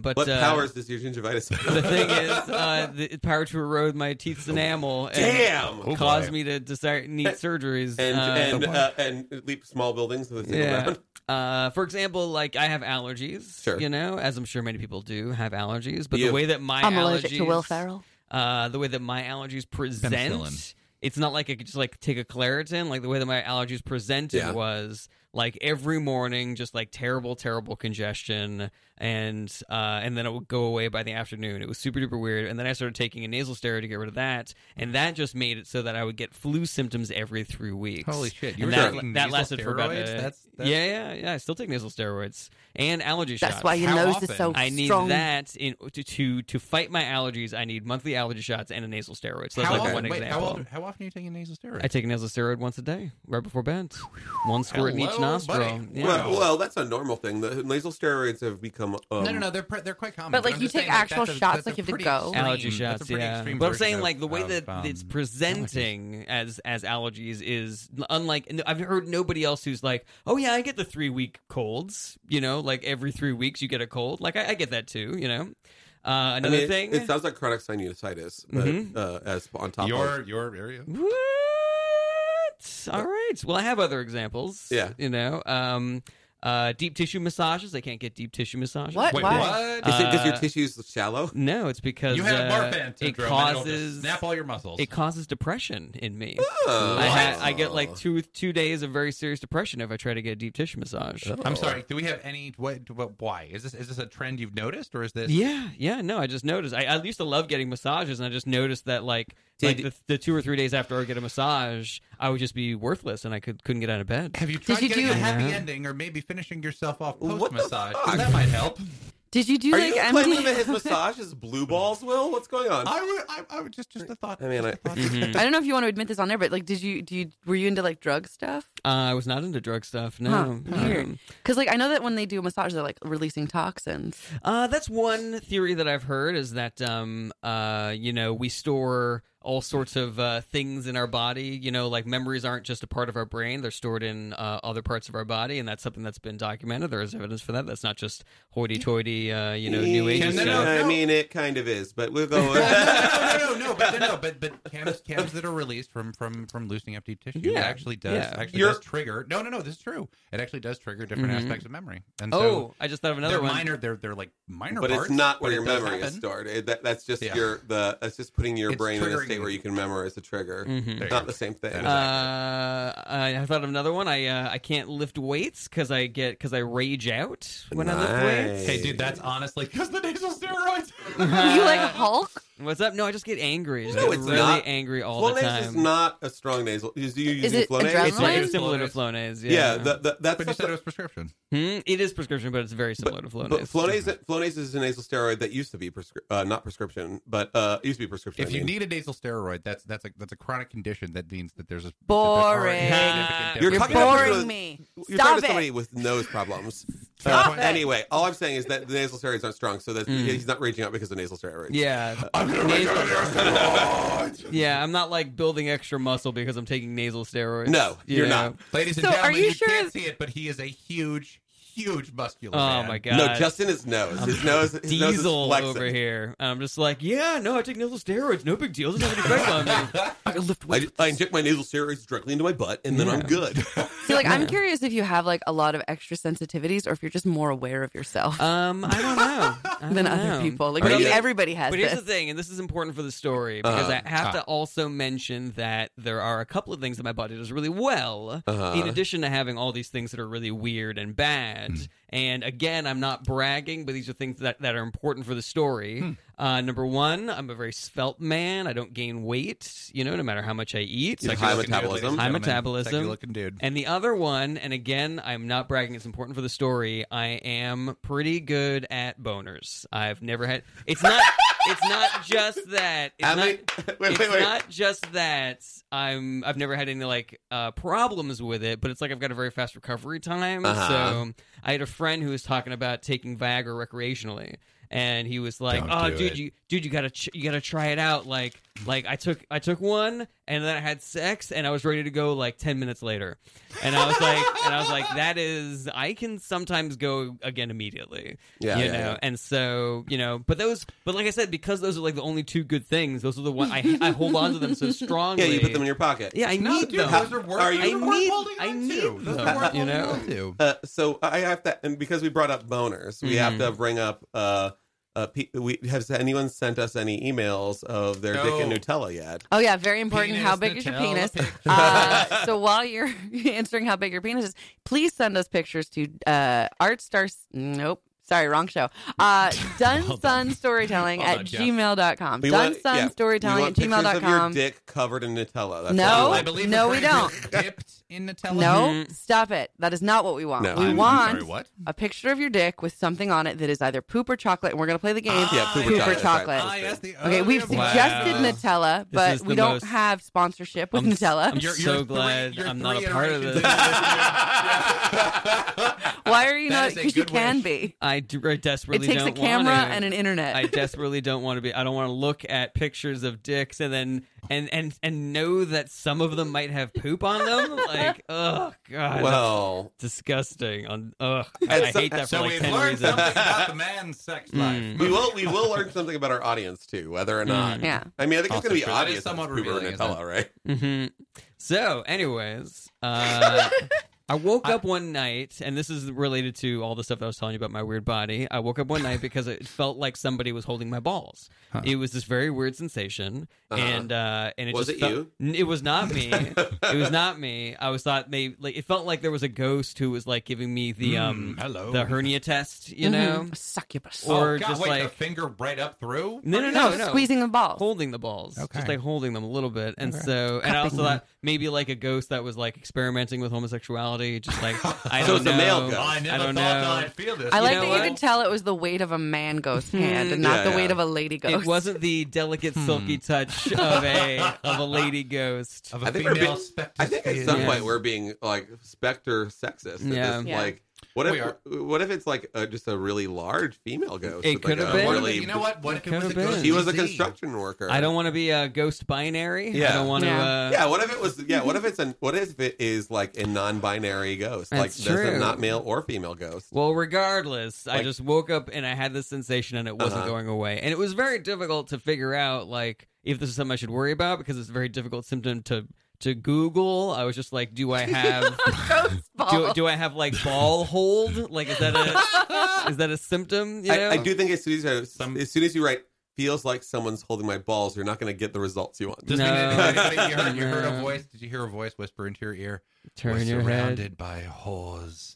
Speaker 3: but
Speaker 2: what
Speaker 3: uh,
Speaker 2: powers does your gingivitis?
Speaker 3: the thing is uh the power to erode my teeth's enamel and-
Speaker 2: damn.
Speaker 6: Oh,
Speaker 3: caused
Speaker 6: boy.
Speaker 3: me to desire, need surgeries.
Speaker 2: And
Speaker 3: uh,
Speaker 2: and uh, and leap small buildings with a single
Speaker 3: yeah.
Speaker 2: round.
Speaker 3: Uh, for example, like I have allergies.
Speaker 2: Sure.
Speaker 3: You know, as I'm sure many people do have allergies, but
Speaker 2: You-
Speaker 3: the way that my
Speaker 5: I'm
Speaker 3: allergies,
Speaker 5: allergic to Will Ferrell.
Speaker 3: Uh, the way that my allergies present,
Speaker 6: Penicillin.
Speaker 3: it's not like I could just like take a Claritin. Like the way that my allergies presented
Speaker 2: Yeah.
Speaker 3: was like every morning, just like terrible, terrible congestion, and uh, and then it would go away by the afternoon. It was super duper weird. And then I started taking a nasal steroid to get rid of that, and that just made it so that I would get flu symptoms every three weeks.
Speaker 6: Holy shit,
Speaker 3: And
Speaker 6: you were
Speaker 3: that,
Speaker 6: taking
Speaker 3: that
Speaker 6: nasal
Speaker 3: lasted for about
Speaker 6: steroids?
Speaker 3: a-
Speaker 6: That's- that's-
Speaker 3: yeah, yeah, yeah. I still take nasal steroids and allergy shots.
Speaker 5: That's why your
Speaker 6: How
Speaker 5: nose
Speaker 6: often?
Speaker 5: is so
Speaker 3: I need
Speaker 5: strong.
Speaker 3: that in to, to to fight my allergies. I need monthly allergy shots and a nasal steroid. So that's
Speaker 6: how,
Speaker 3: like
Speaker 6: often,
Speaker 3: one
Speaker 6: wait,
Speaker 3: example.
Speaker 6: How, old, how often are you taking nasal steroids?
Speaker 3: I take a nasal steroid once a day, right before bed. One squirt in each
Speaker 6: Hello,
Speaker 3: nostril.
Speaker 6: buddy.
Speaker 3: Yeah.
Speaker 2: Well, well, that's a normal thing. The nasal steroids have become. Um,
Speaker 6: no, no, no. They're pre- they're quite common.
Speaker 5: But, like,
Speaker 6: I'm
Speaker 5: you
Speaker 6: just
Speaker 5: take
Speaker 6: saying, like,
Speaker 5: actual
Speaker 6: that's a-
Speaker 5: shots,
Speaker 6: that's a
Speaker 5: like, if you
Speaker 6: pretty
Speaker 5: go.
Speaker 6: extreme-
Speaker 3: allergy
Speaker 6: that's a
Speaker 3: shots,
Speaker 6: pretty
Speaker 3: yeah.
Speaker 6: extreme
Speaker 3: But I'm
Speaker 6: version
Speaker 3: saying
Speaker 6: of-
Speaker 3: like the way
Speaker 6: of,
Speaker 3: that
Speaker 6: um,
Speaker 3: it's presenting as as allergies is unlike. and I've heard nobody else who's like, oh yeah, I get the three week colds. You know, like every three weeks you get a cold. Like I, I get that too. You know, uh,
Speaker 2: I
Speaker 3: another
Speaker 2: mean, it-
Speaker 3: thing.
Speaker 2: It, sounds like chronic sinusitis, but
Speaker 3: Mhm.
Speaker 2: uh, as on top of
Speaker 6: your your area.
Speaker 3: What? All right. Well, I have other examples.
Speaker 2: Yeah.
Speaker 3: You know, um, uh, deep tissue massages. I can't get deep tissue massages.
Speaker 5: What?
Speaker 6: Wait,
Speaker 5: Why?
Speaker 6: what?
Speaker 2: Is it because your
Speaker 3: Uh,
Speaker 2: tissue's shallow?
Speaker 3: No, it's because
Speaker 6: you had a
Speaker 3: uh,
Speaker 6: bar band
Speaker 3: it
Speaker 6: syndrome. and it'll just
Speaker 3: causes
Speaker 6: snap all your muscles.
Speaker 3: it causes depression in me.
Speaker 2: Oh.
Speaker 3: I, ha- I get like two two days of very serious depression if I try to get a deep tissue massage.
Speaker 6: I'm sorry. Do we have any? What, what? Why is this? Is this a trend you've noticed, or is this?
Speaker 3: Yeah, yeah, no, I just noticed. I, I used to love getting massages, and I just noticed that like
Speaker 2: Did-
Speaker 3: like the, the two or three days after I would get a massage, I would just be worthless, and I could couldn't get out of bed.
Speaker 6: Have you tried
Speaker 5: you
Speaker 6: getting
Speaker 5: do-
Speaker 6: a happy
Speaker 3: Yeah.
Speaker 6: ending, or maybe finishing yourself off
Speaker 2: What the
Speaker 6: post massage?
Speaker 2: fuck?
Speaker 6: That might help.
Speaker 5: Did you do
Speaker 2: Are
Speaker 5: like
Speaker 2: you
Speaker 5: empty?
Speaker 2: claiming that his massage is blue balls, Will? What's going on?
Speaker 6: I would, I, I would just, just the thought.
Speaker 2: I mean,
Speaker 6: just the
Speaker 2: I-
Speaker 6: thought.
Speaker 3: Mhm.
Speaker 5: I don't know if you want to admit this on air, but like, did you do you were you into like drug stuff?
Speaker 3: Uh, I was not into drug stuff. No,
Speaker 5: Huh, weird.
Speaker 3: Um,
Speaker 5: Because like I know that when they do a massage, they're like releasing toxins.
Speaker 3: Uh, that's one theory that I've heard is that um uh you know we store all sorts of uh, things in our body. You know, like memories aren't just a part of our brain; they're stored in uh, other parts of our body, and that's something that's been documented. There is evidence for that. That's not just hoity-toity, uh, you know, new age
Speaker 6: Can they-
Speaker 3: stuff.
Speaker 6: no,
Speaker 2: I
Speaker 6: no.
Speaker 2: mean, it kind of is, but we'll go.
Speaker 6: no, no, no, no, no, but no, no, but but cams, cams that are released from from from loosening up deep tissue it
Speaker 3: Yeah,
Speaker 6: actually does
Speaker 3: yeah.
Speaker 6: actually
Speaker 2: You're-
Speaker 6: does trigger. No, no, no, this is true. It actually does trigger different
Speaker 3: Mhm.
Speaker 6: aspects of memory. And so
Speaker 3: Oh, I just thought of another
Speaker 6: they're
Speaker 3: one.
Speaker 6: minor. They're they're like minor,
Speaker 2: but
Speaker 6: parts,
Speaker 2: it's not where
Speaker 6: but
Speaker 2: your
Speaker 6: it does
Speaker 2: memory is
Speaker 6: happen.
Speaker 2: stored. It- that, that's just
Speaker 6: Yeah.
Speaker 2: your the. That's just putting your
Speaker 6: It's
Speaker 2: brain in a
Speaker 6: triggering
Speaker 2: state where
Speaker 6: you.
Speaker 2: you can memorize a trigger.
Speaker 3: Mhm.
Speaker 6: There you
Speaker 2: Not
Speaker 6: go.
Speaker 2: the same thing.
Speaker 6: Yeah.
Speaker 3: Uh, I I thought of another one. I uh, I can't lift weights because I get because I rage out when I lift weights.
Speaker 2: Nice.
Speaker 6: Hey, dude, that's honestly because the nasal steroids.
Speaker 2: Uh,
Speaker 5: you like Hulk?
Speaker 3: What's up? No, I just get angry. I just
Speaker 2: No,
Speaker 3: get
Speaker 2: it's
Speaker 3: really
Speaker 2: not.
Speaker 3: angry all
Speaker 2: Flonase
Speaker 3: the time.
Speaker 2: is not a strong nasal. Is you
Speaker 5: Is
Speaker 2: using
Speaker 5: it
Speaker 2: Flonase?
Speaker 5: adrenaline?
Speaker 3: It's, like,
Speaker 5: Flonase?
Speaker 3: it's similar to Flonase. Yeah,
Speaker 2: yeah, the, the, that's
Speaker 6: But you
Speaker 2: the-
Speaker 6: said it was prescription.
Speaker 3: Hmm? It is prescription, but it's very similar to Flonase.
Speaker 2: But Flonase, Flonase is a nasal steroid that used to be prescri- uh, not prescription, but uh, it used to be prescription.
Speaker 6: If
Speaker 2: I
Speaker 6: you
Speaker 2: mean.
Speaker 6: need a nasal steroid, that's that's a that's a chronic condition. That means that there's a
Speaker 5: Boring.
Speaker 2: You're
Speaker 5: You're
Speaker 2: talking about
Speaker 5: boring
Speaker 2: those-
Speaker 5: me.
Speaker 2: you're
Speaker 5: Stop
Speaker 2: talking to
Speaker 5: it.
Speaker 2: somebody with nose problems.
Speaker 6: Stop
Speaker 2: Uh,
Speaker 6: it.
Speaker 2: anyway, all I'm saying is that the nasal steroids aren't strong, so that's
Speaker 3: Mm.
Speaker 2: he's not raging out because of nasal steroids.
Speaker 3: yeah,
Speaker 6: I'm gonna
Speaker 3: make Nasal-
Speaker 6: steroids.
Speaker 3: yeah. I'm not like building extra muscle because I'm taking nasal steroids.
Speaker 2: No,
Speaker 3: you
Speaker 2: you're
Speaker 3: know?
Speaker 2: not.
Speaker 6: Ladies and
Speaker 5: So, are
Speaker 6: gentlemen,
Speaker 5: you
Speaker 6: you,
Speaker 5: sure-
Speaker 6: can't see it, but he is a huge, huge muscular.
Speaker 3: Oh
Speaker 6: man.
Speaker 3: my god.
Speaker 2: No, just in his nose. His nose. His nose is
Speaker 3: Diesel
Speaker 2: flexing.
Speaker 3: over here. And I'm just like, yeah, no, I take nasal steroids. No big deal. Doesn't have any effect on me.
Speaker 4: I can lift
Speaker 2: I,
Speaker 4: weights.
Speaker 2: I inject my nasal steroids directly into my butt, and then I'm
Speaker 3: Yeah.
Speaker 2: good.
Speaker 5: See, like I'm curious if you have like a lot of extra sensitivities, or if you're just more aware of yourself
Speaker 3: Um, I don't know. I
Speaker 5: than
Speaker 3: don't
Speaker 5: other
Speaker 3: know.
Speaker 5: people. Like
Speaker 2: Are
Speaker 5: maybe
Speaker 2: you-
Speaker 5: everybody has
Speaker 3: But
Speaker 5: this.
Speaker 3: here's the thing, and this is important for the story because
Speaker 2: Uh,
Speaker 3: I have
Speaker 6: ah.
Speaker 3: to also mention that there are a couple of things that my body does really well.
Speaker 2: Uh-huh.
Speaker 3: In addition to having all these things that are really weird and bad,
Speaker 2: Hmm.
Speaker 3: and again, I'm not bragging, but these are things that, that are important for the story.
Speaker 2: Hmm.
Speaker 3: Uh, number one, I'm a very svelte man. I don't gain weight, you know, no matter how much I eat.
Speaker 2: You
Speaker 3: Like,
Speaker 2: have high
Speaker 3: look-
Speaker 2: metabolism.
Speaker 3: High metabolism.
Speaker 6: looking dude.
Speaker 3: and the other one, and again, I'm not bragging, it's important for the story. I am pretty good at boners. I've never had it's not it's not just that. It's
Speaker 2: I
Speaker 3: not,
Speaker 2: mean, wait,
Speaker 3: it's
Speaker 2: wait, wait.
Speaker 3: not just that I'm I've never had any like uh, problems with it, but it's like I've got a very fast recovery time.
Speaker 2: Uh-huh.
Speaker 3: So I had a friend who was talking about taking Viagra recreationally. And he was like,
Speaker 6: Don't
Speaker 3: "Oh,
Speaker 6: do
Speaker 3: dude,
Speaker 6: it.
Speaker 3: you dude, you gotta ch- you gotta try it out. Like, like I took I took one, and then I had sex, and I was ready to go like ten minutes later. And I was like, and I was like, that is, I can sometimes go again immediately.
Speaker 2: Yeah,
Speaker 3: you
Speaker 2: yeah,
Speaker 3: know.
Speaker 2: yeah.
Speaker 3: And so, you know, but those, but like I said, because those are like the only two good things. Those are the one I, I hold on to them so strongly.
Speaker 2: yeah, you put them in your pocket.
Speaker 3: Yeah, I
Speaker 6: No,
Speaker 3: need
Speaker 6: dude,
Speaker 3: them.
Speaker 6: those are worth.
Speaker 2: Are
Speaker 6: those
Speaker 2: you-
Speaker 6: are
Speaker 3: I
Speaker 6: worth
Speaker 3: need-
Speaker 6: holding
Speaker 3: I
Speaker 6: on
Speaker 3: need
Speaker 6: to. Those
Speaker 3: them,
Speaker 6: are worth
Speaker 3: you know?
Speaker 6: holding on to.
Speaker 2: Uh, so I have to, and because we brought up boners, we have
Speaker 5: Mm-hmm.
Speaker 2: to bring up. Uh, uh, pe- we has anyone sent us any emails of their dick and
Speaker 6: No.
Speaker 2: Nutella yet?
Speaker 5: Oh yeah, very important.
Speaker 6: Penis,
Speaker 5: how big is your
Speaker 6: Nutella,
Speaker 5: penis?
Speaker 6: pic-
Speaker 5: Uh, so while you're answering how big your penis is, please send us pictures to uh, artstars. Nope. Sorry, wrong show. Uh, done sun storytelling
Speaker 6: Hold
Speaker 5: at
Speaker 6: on, Jeff.
Speaker 5: gmail.com.
Speaker 2: We
Speaker 5: Done
Speaker 2: want-
Speaker 5: sun
Speaker 2: yeah, we
Speaker 5: storytelling at
Speaker 2: want pictures of
Speaker 5: gmail.com.
Speaker 2: Your dick covered in Nutella. That's what we
Speaker 5: No.
Speaker 6: Oh, I
Speaker 2: want.
Speaker 6: believe
Speaker 5: No,
Speaker 6: the
Speaker 5: we
Speaker 6: phrase is Dipped in Nutella.
Speaker 5: No,
Speaker 3: Mhm.
Speaker 5: stop it. That is not what we want.
Speaker 2: No.
Speaker 5: we
Speaker 6: I'm
Speaker 5: want
Speaker 6: Sorry, what?
Speaker 5: a picture of your dick with something on it that is either poop or chocolate, and we're going to play the game.
Speaker 2: Yeah,
Speaker 6: Ah,
Speaker 2: pooper
Speaker 5: Pooper
Speaker 2: chocolate.
Speaker 5: chocolate.
Speaker 2: that's
Speaker 6: Ah,
Speaker 2: right.
Speaker 6: yes, the
Speaker 5: Okay,
Speaker 6: other
Speaker 5: we've
Speaker 6: one.
Speaker 5: suggested Nutella,
Speaker 3: This
Speaker 5: but
Speaker 3: is
Speaker 5: we
Speaker 3: the
Speaker 5: don't
Speaker 3: most-
Speaker 5: have sponsorship with
Speaker 3: I'm s-
Speaker 5: Nutella.
Speaker 3: I'm
Speaker 6: You're-
Speaker 3: so
Speaker 6: you're
Speaker 3: glad
Speaker 6: three- you're
Speaker 3: I'm not
Speaker 6: three
Speaker 3: a part of
Speaker 6: iterations
Speaker 3: this.
Speaker 5: Why are you
Speaker 6: That
Speaker 5: not?
Speaker 6: is a
Speaker 5: Because you
Speaker 6: good
Speaker 5: can
Speaker 6: wish.
Speaker 5: be.
Speaker 3: I, do, I desperately
Speaker 5: it takes a
Speaker 3: don't
Speaker 5: camera
Speaker 3: want it.
Speaker 5: and an internet.
Speaker 3: I desperately don't want to be. I don't want to look at pictures of dicks and then and and and know that some of them might have poop on them. Like, oh god,
Speaker 2: Well,
Speaker 3: that's disgusting. On ugh,
Speaker 2: And
Speaker 3: I
Speaker 2: so-
Speaker 3: hate that
Speaker 6: So
Speaker 3: for like Hmm.
Speaker 6: we've
Speaker 3: ten
Speaker 6: learned
Speaker 3: reasons.
Speaker 6: something about the man's sex life.
Speaker 2: we will we will learn something about our audience too, whether or not.
Speaker 5: Mm. Yeah.
Speaker 2: I mean, I think it's
Speaker 6: Also
Speaker 2: going to be
Speaker 6: true. That is
Speaker 2: obvious. It's
Speaker 6: somewhat
Speaker 2: Pooper and
Speaker 6: revealing, isn't
Speaker 2: Nutella, right?
Speaker 3: hmm So, anyways, uh, I woke up one night, and this is related to all the stuff I was telling you about my weird body. I woke up one night because it felt like somebody was holding my balls. It was this very weird sensation, and uh, and it
Speaker 2: Was
Speaker 3: just
Speaker 2: it
Speaker 3: felt-
Speaker 2: you?
Speaker 3: N- It was not me. it was not me. I was thought they like it felt like there was a ghost who was like giving me the um
Speaker 6: hello.
Speaker 3: the hernia test, you
Speaker 5: Mhm.
Speaker 3: know,
Speaker 5: A succubus.
Speaker 3: Or-
Speaker 6: oh, God,
Speaker 3: just
Speaker 6: wait, the
Speaker 3: like-
Speaker 6: finger right up through.
Speaker 3: no no
Speaker 5: no,
Speaker 3: no no
Speaker 5: squeezing the balls.
Speaker 3: holding the balls, just
Speaker 6: Okay.
Speaker 3: like holding them a little bit, and so, and I also thought maybe like a ghost that was like experimenting with homosexuality personality. Just like I
Speaker 2: So
Speaker 3: don't
Speaker 2: it's
Speaker 3: know.
Speaker 2: a male ghost.
Speaker 6: I never
Speaker 3: I don't
Speaker 6: thought
Speaker 3: know.
Speaker 6: I'd feel this.
Speaker 5: I like
Speaker 3: know
Speaker 5: that
Speaker 3: what?
Speaker 5: you could tell it was the weight of a man ghost hand and
Speaker 2: Hmm.
Speaker 5: not
Speaker 2: Yeah,
Speaker 5: the weight
Speaker 2: yeah.
Speaker 5: of a lady ghost.
Speaker 3: It wasn't the delicate,
Speaker 2: Hmm.
Speaker 3: silky touch of a of a lady ghost.
Speaker 6: of a
Speaker 2: I think we're
Speaker 6: female
Speaker 2: being-
Speaker 6: spectre.
Speaker 2: I think at some
Speaker 3: Yeah.
Speaker 2: point we're being like specter sexist. at
Speaker 3: Yeah.
Speaker 2: this,
Speaker 5: Yeah.
Speaker 2: Like what
Speaker 6: We
Speaker 2: if
Speaker 6: are.
Speaker 2: what if it's like uh just a really large female ghost?
Speaker 3: It
Speaker 2: with,
Speaker 3: could
Speaker 2: like,
Speaker 3: have
Speaker 2: a
Speaker 3: been.
Speaker 6: What if it-
Speaker 2: really-
Speaker 6: you know what? What if it
Speaker 3: Could've
Speaker 6: was a
Speaker 3: been.
Speaker 6: ghost
Speaker 2: She was a
Speaker 6: disease?
Speaker 2: construction worker.
Speaker 3: I don't want to be a ghost binary.
Speaker 2: Yeah.
Speaker 3: I don't want to.
Speaker 5: Yeah.
Speaker 3: Uh,
Speaker 2: Yeah, what if it was? Yeah, what if it's an? What if it is like a non-binary ghost? like
Speaker 3: That's
Speaker 2: there's a
Speaker 3: true.
Speaker 2: not male or female ghost.
Speaker 3: Well, regardless, I
Speaker 2: Like-
Speaker 3: just woke up and I had this sensation and it wasn't
Speaker 2: Uh-huh.
Speaker 3: going away. And it was very difficult to figure out like if this is something I should worry about because it's a very difficult symptom to to Google. I was just like, do I have
Speaker 5: ghost
Speaker 3: do,
Speaker 5: ball.
Speaker 3: do I have like ball hold? Like is that a is that a symptom? You know?
Speaker 2: I, I do think as soon as you,
Speaker 6: Some-
Speaker 2: as soon as you write feels like someone's holding my balls, you're not going to get the results you want.
Speaker 6: Does
Speaker 3: No.
Speaker 6: anybody- you, heard, you heard a
Speaker 3: No.
Speaker 6: voice? Did you hear a voice whisper into your ear?
Speaker 3: turn
Speaker 6: was
Speaker 3: your
Speaker 6: surrounded
Speaker 3: head. Mm-hmm.
Speaker 6: by whores,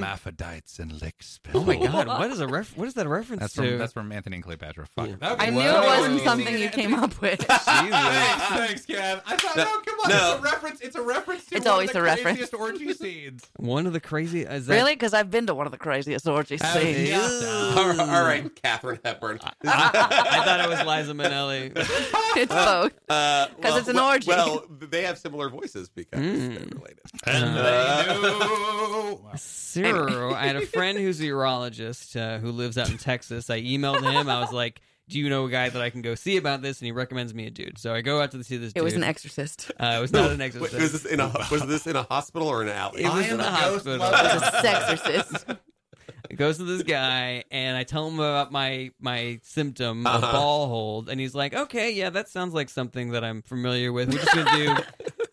Speaker 6: hermaphrodites, and lick
Speaker 3: Oh my god, what is a ref? What is that a reference
Speaker 6: That's
Speaker 3: to?
Speaker 6: from that's from Anthony Cleopatra. Fuck.
Speaker 2: Yeah.
Speaker 5: I knew
Speaker 3: Wow.
Speaker 5: it wasn't something
Speaker 6: Singing
Speaker 5: you
Speaker 6: at
Speaker 5: came
Speaker 6: the-
Speaker 5: up with.
Speaker 3: Jesus.
Speaker 6: thanks, Kev. I thought,
Speaker 2: No, no.
Speaker 6: reference. It's a reference to
Speaker 5: It's always a reference.
Speaker 6: orgy scenes.
Speaker 3: One of the crazy is that,
Speaker 5: Really? Because I've been to one of the craziest orgy
Speaker 6: Have
Speaker 5: scenes.
Speaker 6: you?
Speaker 3: Ew.
Speaker 2: all right, Catherine Hepburn.
Speaker 3: I thought it was Liza Minnelli.
Speaker 5: It's both.
Speaker 2: Because
Speaker 5: 'Cause it's an orgy.
Speaker 2: Uh, Well, they have similar voices because
Speaker 3: Mm.
Speaker 2: they're related.
Speaker 6: And
Speaker 3: uh, Zero. I had a friend who's a urologist uh, who lives out in Texas. I emailed him. I was like, "Do you know a guy that I can go see about this?" And he recommends me a dude. So I go out to see this.
Speaker 5: It was
Speaker 3: dude.
Speaker 5: an exorcist.
Speaker 3: Uh, it was not an
Speaker 2: Wait,
Speaker 3: exorcist.
Speaker 2: was this in a was this in a hospital or an alley?
Speaker 3: It was in
Speaker 6: am
Speaker 3: the
Speaker 6: a ghost
Speaker 3: hospital.
Speaker 5: It
Speaker 6: lover.
Speaker 5: was a sexorcist.
Speaker 3: It goes to this guy, and I tell him about my my symptom of
Speaker 2: Uh-huh.
Speaker 3: ball hold, and he's like, "Okay, yeah, that sounds like something that I'm familiar with. We're just gonna do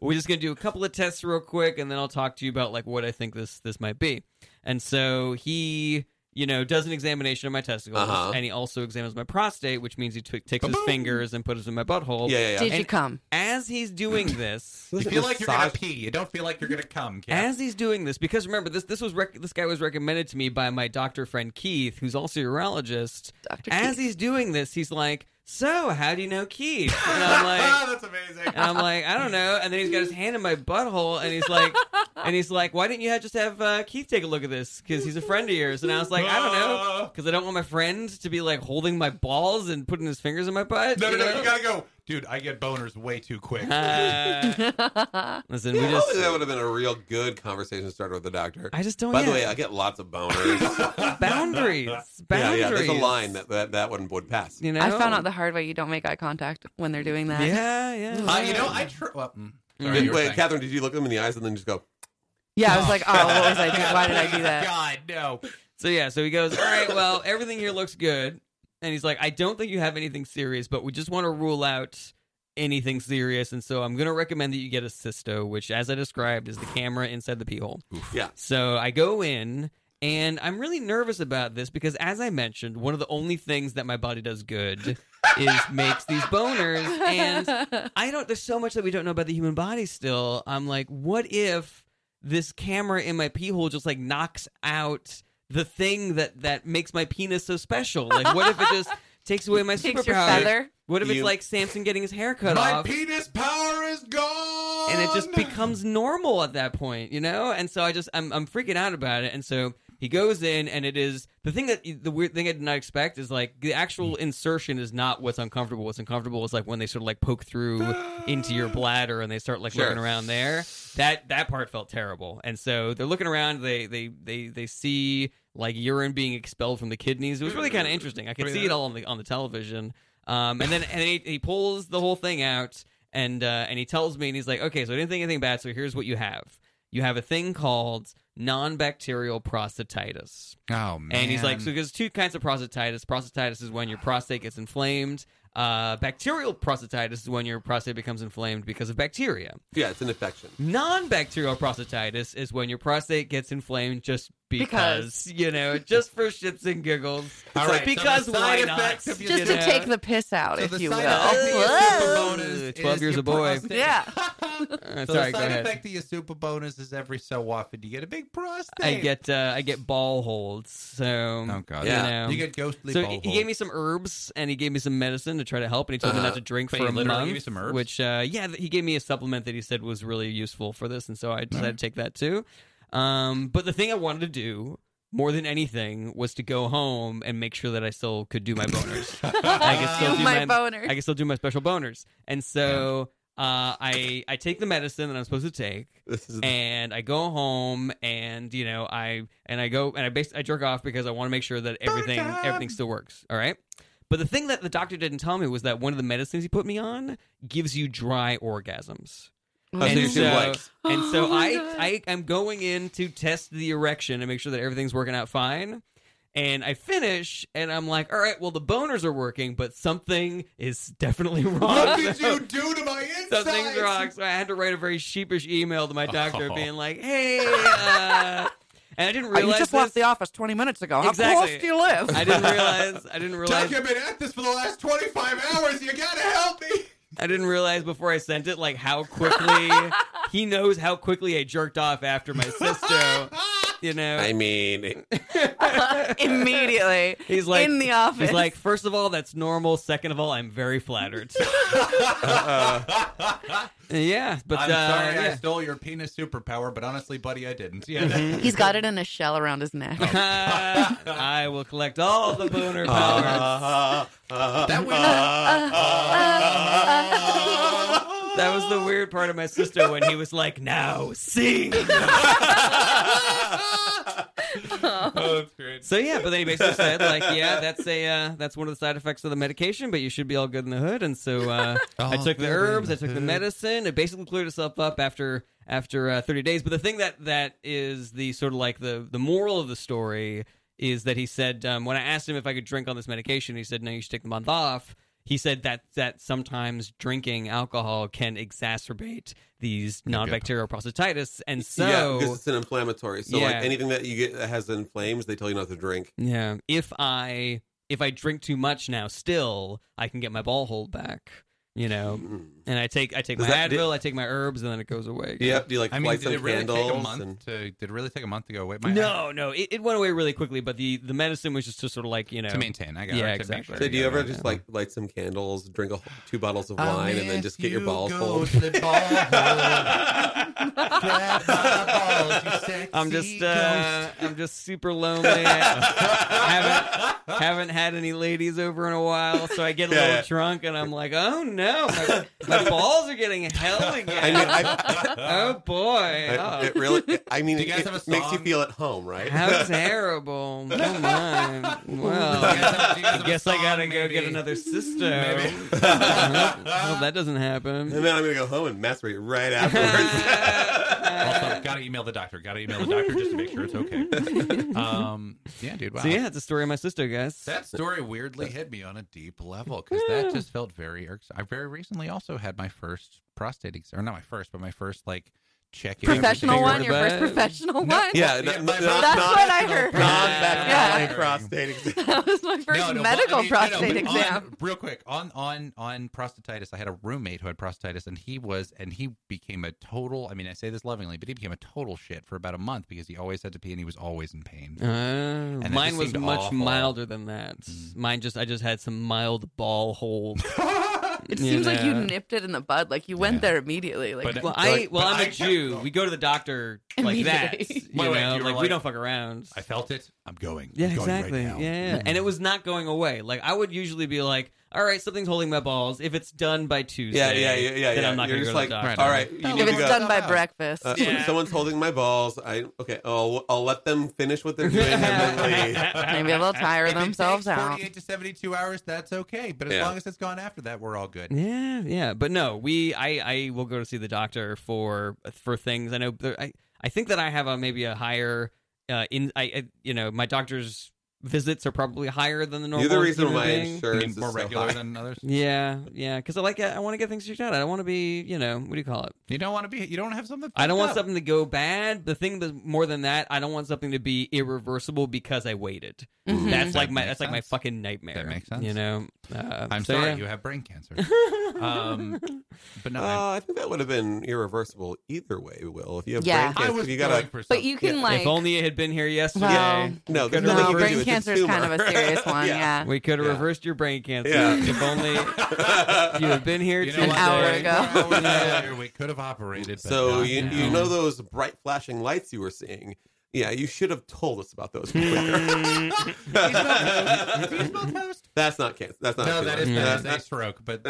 Speaker 3: we're just gonna do a couple of tests real quick, and then I'll talk to you about like what I think this this might be." And so he. You know, does an examination of my testicles,
Speaker 2: Uh-huh.
Speaker 3: and he also examines my prostate, which means he t- takes his fingers and puts them in my butthole.
Speaker 2: yeah, yeah, yeah.
Speaker 5: Did you come?
Speaker 3: As he's doing this,
Speaker 6: You feel like you're gonna pee. You don't feel like you're gonna come. Kev.
Speaker 3: as he's doing this because remember this this was rec- this guy was recommended to me by my doctor friend Keith who's also a urologist
Speaker 5: Dr.
Speaker 3: as
Speaker 5: Keith.
Speaker 3: he's doing this he's like so how do you know Keith and I'm
Speaker 6: Ah,
Speaker 3: like
Speaker 6: that's amazing.
Speaker 3: and I'm like I don't know and then he's got his hand in my butthole and he's like and he's like why didn't you have, just have uh, Keith take a look at this because he's a friend of yours and I was like I don't
Speaker 6: Uh,
Speaker 3: know because I don't want my friend to be like holding my balls and putting his fingers in my butt
Speaker 6: No,
Speaker 3: you
Speaker 6: no, no.
Speaker 3: know?
Speaker 6: You gotta go, dude. I get boners way too quick.
Speaker 3: Uh, listen we
Speaker 2: Yeah,
Speaker 3: just
Speaker 2: that would have been a real good conversation starter with the doctor.
Speaker 3: I just don't
Speaker 2: By the
Speaker 3: yeah.
Speaker 2: way, I get lots of boners.
Speaker 3: boundaries boundaries
Speaker 2: yeah, yeah. There's a line that that, that one would pass.
Speaker 3: you know
Speaker 5: I found out the hard way you don't make eye contact when they're doing that.
Speaker 3: Yeah, yeah.
Speaker 6: Uh, you know, I tr- well, mm. Sorry,
Speaker 2: Did-
Speaker 6: you were
Speaker 2: wait,
Speaker 6: saying.
Speaker 2: Catherine, did you look them in the eyes and then just go?
Speaker 5: Yeah, I was like, oh, what was I doing? Why did I do that?
Speaker 6: God, no.
Speaker 3: so yeah, so he goes, "All right, well, everything here looks good." And he's like, "I don't think you have anything serious, but we just want to rule out anything serious, and so I'm going to recommend that you get a cysto, which as I described is the camera inside the pee hole."
Speaker 2: Yeah.
Speaker 3: So I go in and I'm really nervous about this because as I mentioned, one of the only things that my body does good is makes these boners and I don't. There's so much that we don't know about the human body still. I'm like, what if this camera in my pee hole just like knocks out the thing that that makes my penis so special? Like, what if it just takes away my
Speaker 5: Takes
Speaker 3: superpower?
Speaker 5: your feather.
Speaker 3: What if
Speaker 2: You-
Speaker 3: it's like Samson getting his hair cut
Speaker 6: My
Speaker 3: off?
Speaker 6: penis power is gone.
Speaker 3: and it just becomes normal at that point, you know. And so I just I'm I'm freaking out about it. And so he goes in, and it is the thing that the weird thing I did not expect is like the actual insertion is not what's uncomfortable. What's uncomfortable is like when they sort of like poke through into your bladder and they start like
Speaker 2: Sure.
Speaker 3: looking around there. That that part felt terrible. And so they're looking around. They they they they see like urine being expelled from the kidneys. It was really kind of interesting. I could see it all on the on the television. Um, and then and then he, he pulls the whole thing out and uh, and he tells me and he's like, okay, so I didn't think anything bad. So here's what you have. You have a thing called non-bacterial prostatitis,
Speaker 6: Oh man.
Speaker 3: and he's like, so there's two kinds of prostatitis. Prostatitis is when your prostate gets inflamed. Uh, bacterial prostatitis is when your prostate becomes inflamed because of bacteria.
Speaker 2: Yeah, it's an infection.
Speaker 3: Non-bacterial prostatitis is when your prostate gets inflamed just because, you know, just for shits and giggles.
Speaker 6: All right, so the
Speaker 3: because why
Speaker 6: side
Speaker 3: not?
Speaker 6: effects of your-
Speaker 5: Just to
Speaker 3: Yeah.
Speaker 5: take the piss out,
Speaker 6: So
Speaker 5: if
Speaker 6: the
Speaker 5: you will.
Speaker 6: side effect of your
Speaker 5: Whoa.
Speaker 6: super bonus
Speaker 3: 12
Speaker 6: is
Speaker 3: years
Speaker 6: your
Speaker 3: a boy.
Speaker 6: prostate.
Speaker 5: Yeah.
Speaker 3: Uh,
Speaker 6: So
Speaker 3: sorry,
Speaker 6: the
Speaker 3: go
Speaker 6: side
Speaker 3: ahead.
Speaker 6: effect of your super bonus is every so often you get a big prostate.
Speaker 3: I get uh, I get ball holds. So
Speaker 6: Oh god.
Speaker 3: you
Speaker 2: Yeah.
Speaker 3: know.
Speaker 6: You get ghostly.
Speaker 3: so
Speaker 6: ball
Speaker 3: he he gave me some herbs and he gave me some medicine to try to help, and he told me
Speaker 2: Uh-huh.
Speaker 3: not to drink
Speaker 6: Wait,
Speaker 3: for
Speaker 6: he
Speaker 3: a
Speaker 6: literally
Speaker 3: month.
Speaker 6: gave you some herbs?
Speaker 3: Which uh, yeah, th- he gave me a supplement that he said was really useful for this, and so I decided to take that too. Um, but the thing I wanted to do more than anything was to go home and make sure that I still could do my boners. I could still
Speaker 5: Do
Speaker 3: do my
Speaker 5: my boner.
Speaker 3: I can still do my special boners. And so uh, I I take the medicine that I'm supposed to take,
Speaker 2: This
Speaker 6: Mm-hmm.
Speaker 2: is
Speaker 3: and I go home, and you know I and I go and I bas- I jerk off because I want to make sure that everything everything still works. All right. But the thing that the doctor didn't tell me was that one of the medicines he put me on gives you dry orgasms.
Speaker 2: Oh, so
Speaker 3: and
Speaker 2: you're
Speaker 3: so,
Speaker 2: doing like-
Speaker 3: and
Speaker 5: Oh
Speaker 3: so
Speaker 5: my
Speaker 3: I, I am going in to test the erection and make sure that everything's working out fine. And I finish, and I'm like, all right, well, the boners are working, but something is definitely wrong.
Speaker 6: What did you do to my insides?
Speaker 3: Something's wrong. So I had to write a very sheepish email to my doctor being like, hey, uh, and I didn't
Speaker 5: Oh,
Speaker 3: realize.
Speaker 5: you just
Speaker 3: this.
Speaker 5: left the office 20 minutes ago. How
Speaker 3: Exactly.
Speaker 5: close do you live?
Speaker 3: I didn't realize. I didn't realize.
Speaker 6: Doc, I've been at this for the last 25 hours. You gotta help me.
Speaker 3: I didn't realize before I sent it like how quickly he knows how quickly I jerked off after my sister. You know,
Speaker 2: I mean,
Speaker 5: Immediately.
Speaker 3: He's like
Speaker 5: in the office.
Speaker 3: He's like, first of all, that's normal. Second of all, I'm very flattered. yeah, but
Speaker 6: I'm
Speaker 3: uh,
Speaker 6: sorry I
Speaker 3: yeah.
Speaker 6: stole your penis superpower, but honestly, buddy, I didn't. Yeah.
Speaker 3: Mm-hmm.
Speaker 5: he's got it in a shell around his neck.
Speaker 3: I will collect all the boner powers.
Speaker 6: that was
Speaker 3: Oh. that was the weird part of my sister when he was like, "Now sing."
Speaker 6: oh, that's great.
Speaker 3: So yeah, but then he basically said, "Like, yeah, that's a uh, that's one of the side effects of the medication, but you should be all good in the hood." And so uh, I took the herbs, I took the medicine. It basically cleared itself up after after uh, 30 days. But the thing that that is the sort of like the the moral of the story is that he said um, when I asked him if I could drink on this medication, he said, "No, you should take the month off." He said that that sometimes drinking alcohol can exacerbate these non-bacterial prostatitis, and so
Speaker 2: yeah, because it's an inflammatory. So
Speaker 3: Yeah.
Speaker 2: like anything that you get that has inflames, they tell you not to drink.
Speaker 3: Yeah. If I if I drink too much now, still I can get my ball hold back. You know,
Speaker 2: Mm.
Speaker 3: and I take I take
Speaker 2: Does
Speaker 3: my
Speaker 2: that-
Speaker 3: Advil, I take my herbs, and then it goes away.
Speaker 2: Yep. Do you like
Speaker 6: I mean,
Speaker 2: light
Speaker 6: did
Speaker 2: some
Speaker 6: it really
Speaker 2: candles?
Speaker 6: take a month
Speaker 2: and-
Speaker 6: to? Did it really take a month to go away? My
Speaker 3: No, no, it, it went away really quickly, but the the medicine was just to sort of like you know
Speaker 6: to maintain. I got
Speaker 3: Yeah,
Speaker 6: it. To make
Speaker 3: exactly.
Speaker 2: So do you
Speaker 6: Yeah, Oh,
Speaker 2: ever
Speaker 6: right.
Speaker 2: just like light some candles, drink a whole, two bottles of wine, and then just get your balls full?
Speaker 3: I'm just uh, I'm just super lonely. I haven't haven't had any ladies over in a while, so I get a little drunk and I'm like, oh no, my, my balls are getting held
Speaker 2: I mean,
Speaker 3: again.
Speaker 2: I,
Speaker 3: oh boy,
Speaker 2: I-
Speaker 3: Oh.
Speaker 2: it really. I mean,
Speaker 6: Do you guys
Speaker 2: it
Speaker 6: have a
Speaker 2: makes you
Speaker 6: song?
Speaker 2: feel at home, right?
Speaker 3: How terrible! Oh my! Well, I guess I gotta go get another sister. I hope- I hope that doesn't
Speaker 2: and
Speaker 3: happen.
Speaker 2: then I'm gonna go home and masturbate right afterwards.
Speaker 3: Uh,
Speaker 6: Also, gotta email the doctor. Gotta email the doctor just to make sure it's okay. Um, yeah, dude. Wow.
Speaker 3: so yeah, it's a story of my sister, guys.
Speaker 6: That story weirdly hit me on a deep level because that just felt very irksome. I very recently also had my first prostate exam, or not my first, but my first like check.
Speaker 5: professional
Speaker 3: Everything
Speaker 5: one,
Speaker 3: about
Speaker 5: your first
Speaker 3: it.
Speaker 5: professional one.
Speaker 2: yeah,
Speaker 6: Yeah,
Speaker 2: n-
Speaker 6: my-
Speaker 2: n-
Speaker 5: That's
Speaker 2: not-
Speaker 5: what I heard.
Speaker 2: non-bacterial
Speaker 5: Yeah.
Speaker 2: prostate exam.
Speaker 5: That was my first
Speaker 6: No, no,
Speaker 5: medical
Speaker 6: well, I mean, no, no,
Speaker 5: prostate
Speaker 6: but on-
Speaker 5: exam.
Speaker 6: real quick on on on prostatitis, I had a roommate who had prostatitis, and he was and he became a total. I mean, I say this lovingly, but he became a total shit for about a month because he always had to pee and he was always in pain.
Speaker 3: Uh,
Speaker 6: that
Speaker 3: mine
Speaker 6: just
Speaker 3: was
Speaker 6: seemed
Speaker 3: much
Speaker 6: awful. Mm.
Speaker 3: milder than that. Mine just I just had some mild ball hole.
Speaker 5: It
Speaker 3: you
Speaker 5: seems like you
Speaker 3: know.
Speaker 5: nipped it in the bud. Like you went
Speaker 6: Yeah.
Speaker 5: there immediately. Like
Speaker 6: But-
Speaker 3: Well, I
Speaker 6: Like,
Speaker 3: well
Speaker 6: but
Speaker 3: I'm
Speaker 6: I
Speaker 3: a Jew. We go to the doctor like that.
Speaker 5: Immediately.
Speaker 3: You
Speaker 6: Wait, wait,
Speaker 3: know,
Speaker 6: you were
Speaker 3: like we
Speaker 6: like-
Speaker 3: don't fuck around.
Speaker 6: I felt it. I'm going.
Speaker 3: Yeah,
Speaker 6: I'm going right
Speaker 3: exactly.
Speaker 6: now. Mm-hmm.
Speaker 3: yeah, yeah. and it was not going away. Like I would usually be like, "All right, something's holding my balls. If it's done by Tuesday,
Speaker 2: Yeah, yeah, yeah, yeah.
Speaker 3: then
Speaker 2: yeah.
Speaker 3: I'm not
Speaker 2: You're just
Speaker 3: going to go
Speaker 2: like,
Speaker 3: to the doctor."
Speaker 2: all right, you
Speaker 6: If
Speaker 2: need
Speaker 5: if
Speaker 2: to
Speaker 5: it's
Speaker 2: go.
Speaker 5: done by
Speaker 6: Uh,
Speaker 5: breakfast.
Speaker 2: Uh,
Speaker 3: Yeah.
Speaker 2: Someone's holding my balls. I okay. Oh, I'll let them finish what they're doing and then leave.
Speaker 5: Maybe they'll tire
Speaker 6: If it
Speaker 5: themselves
Speaker 6: takes
Speaker 5: out.
Speaker 6: 48 to 72 hours, that's okay. But as
Speaker 2: Yeah.
Speaker 6: long as it's gone after that, we're all good.
Speaker 3: Yeah, yeah, but no, we I I will go to see the doctor for for things. I know there, I I think that I have a maybe a higher uh in I, I you know my doctor's visits are probably higher than the normal.
Speaker 2: You're the reason
Speaker 3: human
Speaker 2: why
Speaker 3: being.
Speaker 6: I
Speaker 2: insurance
Speaker 6: mean,
Speaker 2: is
Speaker 6: more
Speaker 2: so
Speaker 6: regular
Speaker 2: high.
Speaker 6: than others.
Speaker 3: Yeah, yeah, because I like I want to get things checked out. I don't want to be you know what do you call it.
Speaker 6: You don't want to be. You don't have something.
Speaker 3: I don't
Speaker 6: fucked
Speaker 3: want
Speaker 6: up.
Speaker 3: something to go bad. The thing that more than that, I don't want something to be irreversible because I waited.
Speaker 5: Mhm.
Speaker 3: That's
Speaker 6: That
Speaker 3: like my
Speaker 6: makes
Speaker 3: that's like my
Speaker 6: sense.
Speaker 3: fucking nightmare.
Speaker 6: That makes sense.
Speaker 3: You know, uh,
Speaker 6: I'm
Speaker 3: so,
Speaker 6: sorry,
Speaker 3: yeah.
Speaker 6: you have brain cancer. um, but no, I-
Speaker 2: Uh, I think that would have been irreversible either way. Will if you have
Speaker 5: Yeah.
Speaker 2: brain cancer,
Speaker 6: I was
Speaker 2: you
Speaker 6: going
Speaker 2: gotta.
Speaker 6: for something.
Speaker 5: But you can
Speaker 2: Yeah.
Speaker 5: like
Speaker 3: if only it had been here yesterday.
Speaker 5: Well,
Speaker 2: No,
Speaker 3: Could've
Speaker 2: there's nothing
Speaker 5: no,
Speaker 2: you can
Speaker 3: reversed
Speaker 2: do.
Speaker 5: brain
Speaker 2: It's
Speaker 5: cancer is kind of a serious one. yeah.
Speaker 3: We could have
Speaker 2: Yeah.
Speaker 3: reversed your brain cancer
Speaker 2: Yeah.
Speaker 3: if only you had been here
Speaker 6: You know
Speaker 3: Tuesday.
Speaker 5: An
Speaker 6: what?
Speaker 5: hour
Speaker 6: They-
Speaker 5: ago.
Speaker 6: Yeah, we could have operated. but
Speaker 2: So
Speaker 6: not
Speaker 2: you,
Speaker 6: now.
Speaker 2: you know those bright flashing lights you were seeing? Yeah, you should have told us about those. quicker. that's not cancer. That's not.
Speaker 6: No, that is
Speaker 3: Yeah.
Speaker 6: that is
Speaker 2: cancer.
Speaker 6: a stroke, but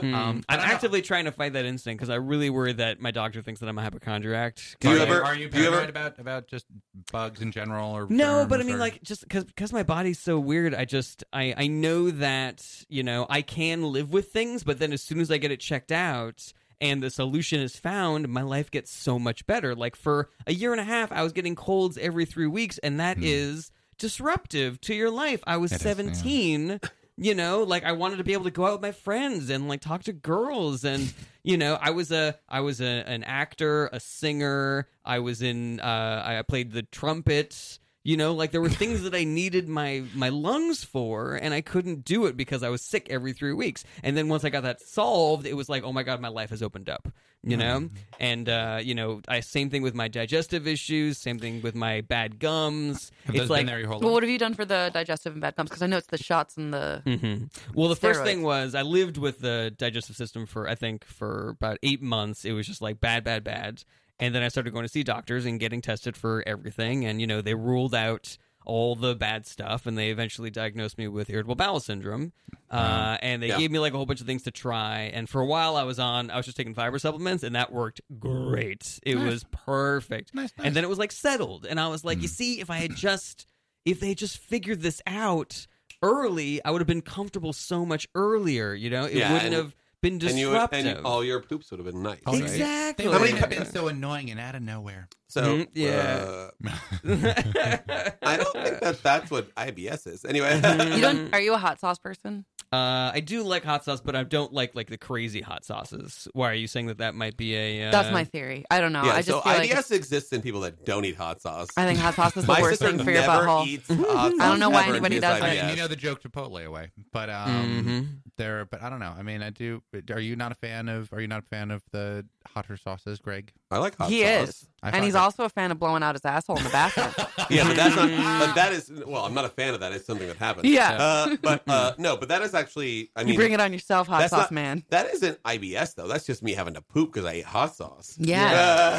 Speaker 3: Mm.
Speaker 6: Um, I
Speaker 3: I'm
Speaker 6: don't know.
Speaker 3: actively trying to fight that instinct because I really worry that my doctor thinks that I'm a hypochondriac.
Speaker 2: Do you
Speaker 6: are
Speaker 2: ever-
Speaker 6: Are you
Speaker 2: do you ever-
Speaker 6: paranoid about about just bugs in general or
Speaker 3: No,
Speaker 6: germs
Speaker 3: but I mean,
Speaker 6: or-
Speaker 3: like, just because my body's so weird, I just I I know that you know I can live with things, but then as soon as I get it checked out and the solution is found, my life gets so much better. Like for a year and a half, I was getting colds every three weeks, and that is
Speaker 6: Hmm.
Speaker 3: disruptive to your life. I was
Speaker 6: It is, yeah.
Speaker 3: seventeen. You know, like I wanted to be able to go out with my friends and like talk to girls and you know, I was a I was a, an actor, a singer, I was in uh I played the trumpet, you know, like there were things that I needed my my lungs for and I couldn't do it because I was sick every 3 weeks. And then once I got that solved, it was like, "Oh my god, my life has opened up." You know?
Speaker 6: Mm-hmm.
Speaker 3: And uh, you know, I same thing with my digestive issues, same thing with my bad gums.
Speaker 6: Have those
Speaker 3: it's
Speaker 6: been
Speaker 3: like
Speaker 6: there your whole
Speaker 5: Well,
Speaker 6: life?
Speaker 5: what have you done for the digestive and bad gums? Because I know it's the shots and the.
Speaker 3: hmm Well, the first
Speaker 5: Steroids.
Speaker 3: thing was I lived with the digestive system for I think for about eight months. It was just like bad, bad, bad, and then I started going to see doctors and getting tested for everything, and you know they ruled out all the bad stuff, and they eventually diagnosed me with irritable bowel syndrome, uh, and they
Speaker 2: Yeah.
Speaker 3: gave me like a whole bunch of things to try. And for a while, I was on I was just taking fiber supplements, and that worked great. It was perfect,
Speaker 6: Nice, nice.
Speaker 3: and then it was like settled, and I was like, you
Speaker 2: Mm.
Speaker 3: see, if I had just if they had just figured this out early, I would have been comfortable so much earlier. You know, it
Speaker 2: Yeah, and-
Speaker 3: wouldn't have been
Speaker 2: And you would,
Speaker 3: disruptive.
Speaker 2: and you- all your poops would have been nice.
Speaker 6: Oh, right.
Speaker 2: Right?
Speaker 3: Exactly.
Speaker 6: They would
Speaker 2: many
Speaker 6: have been
Speaker 2: times-
Speaker 6: so annoying and out of nowhere.
Speaker 2: So
Speaker 3: Mhm, yeah.
Speaker 5: Mm-hmm.
Speaker 2: uh, I don't think that that's what IBS is. Anyway,
Speaker 5: You don't? Are you a hot sauce person?
Speaker 3: Uh, I do like hot sauce, but I don't like like the crazy hot sauces. Why are you saying that? That might be a uh,
Speaker 5: That's my theory. I don't know.
Speaker 2: yeah.
Speaker 5: I just
Speaker 2: so
Speaker 5: feel like
Speaker 2: IBS exists in people that don't eat hot sauce.
Speaker 5: I think hot sauce is the
Speaker 2: My
Speaker 5: worst
Speaker 2: sister
Speaker 5: thing for your
Speaker 2: never
Speaker 5: butthole.
Speaker 2: eats hot sauce.
Speaker 5: I don't know why
Speaker 2: ever, and
Speaker 5: anybody
Speaker 2: she has
Speaker 5: does
Speaker 6: I
Speaker 5: it.
Speaker 6: mean,
Speaker 2: IBS.
Speaker 6: you know the joke Chipotle away, but um,
Speaker 3: Mhm.
Speaker 6: there. But I don't know. I mean, I do. Are you not a fan of? Are you not a fan of the hotter sauces, Greg?
Speaker 2: I like hot
Speaker 5: He
Speaker 2: sauce.
Speaker 5: is,
Speaker 6: I
Speaker 5: and
Speaker 6: find
Speaker 5: he's
Speaker 6: it-
Speaker 5: also a fan of blowing out his asshole in the bathroom.
Speaker 2: Yeah, but that's not. But that is. Well, I'm not a fan of that. It's something that happens.
Speaker 5: Yeah. Mm-hmm.
Speaker 2: Uh, but uh, no, but that is actually. I mean,
Speaker 5: you bring it on yourself, hot
Speaker 2: that's
Speaker 5: sauce
Speaker 2: not-
Speaker 5: man.
Speaker 2: that isn't IBS though. That's just me having to poop because I ate hot sauce.
Speaker 5: Yeah.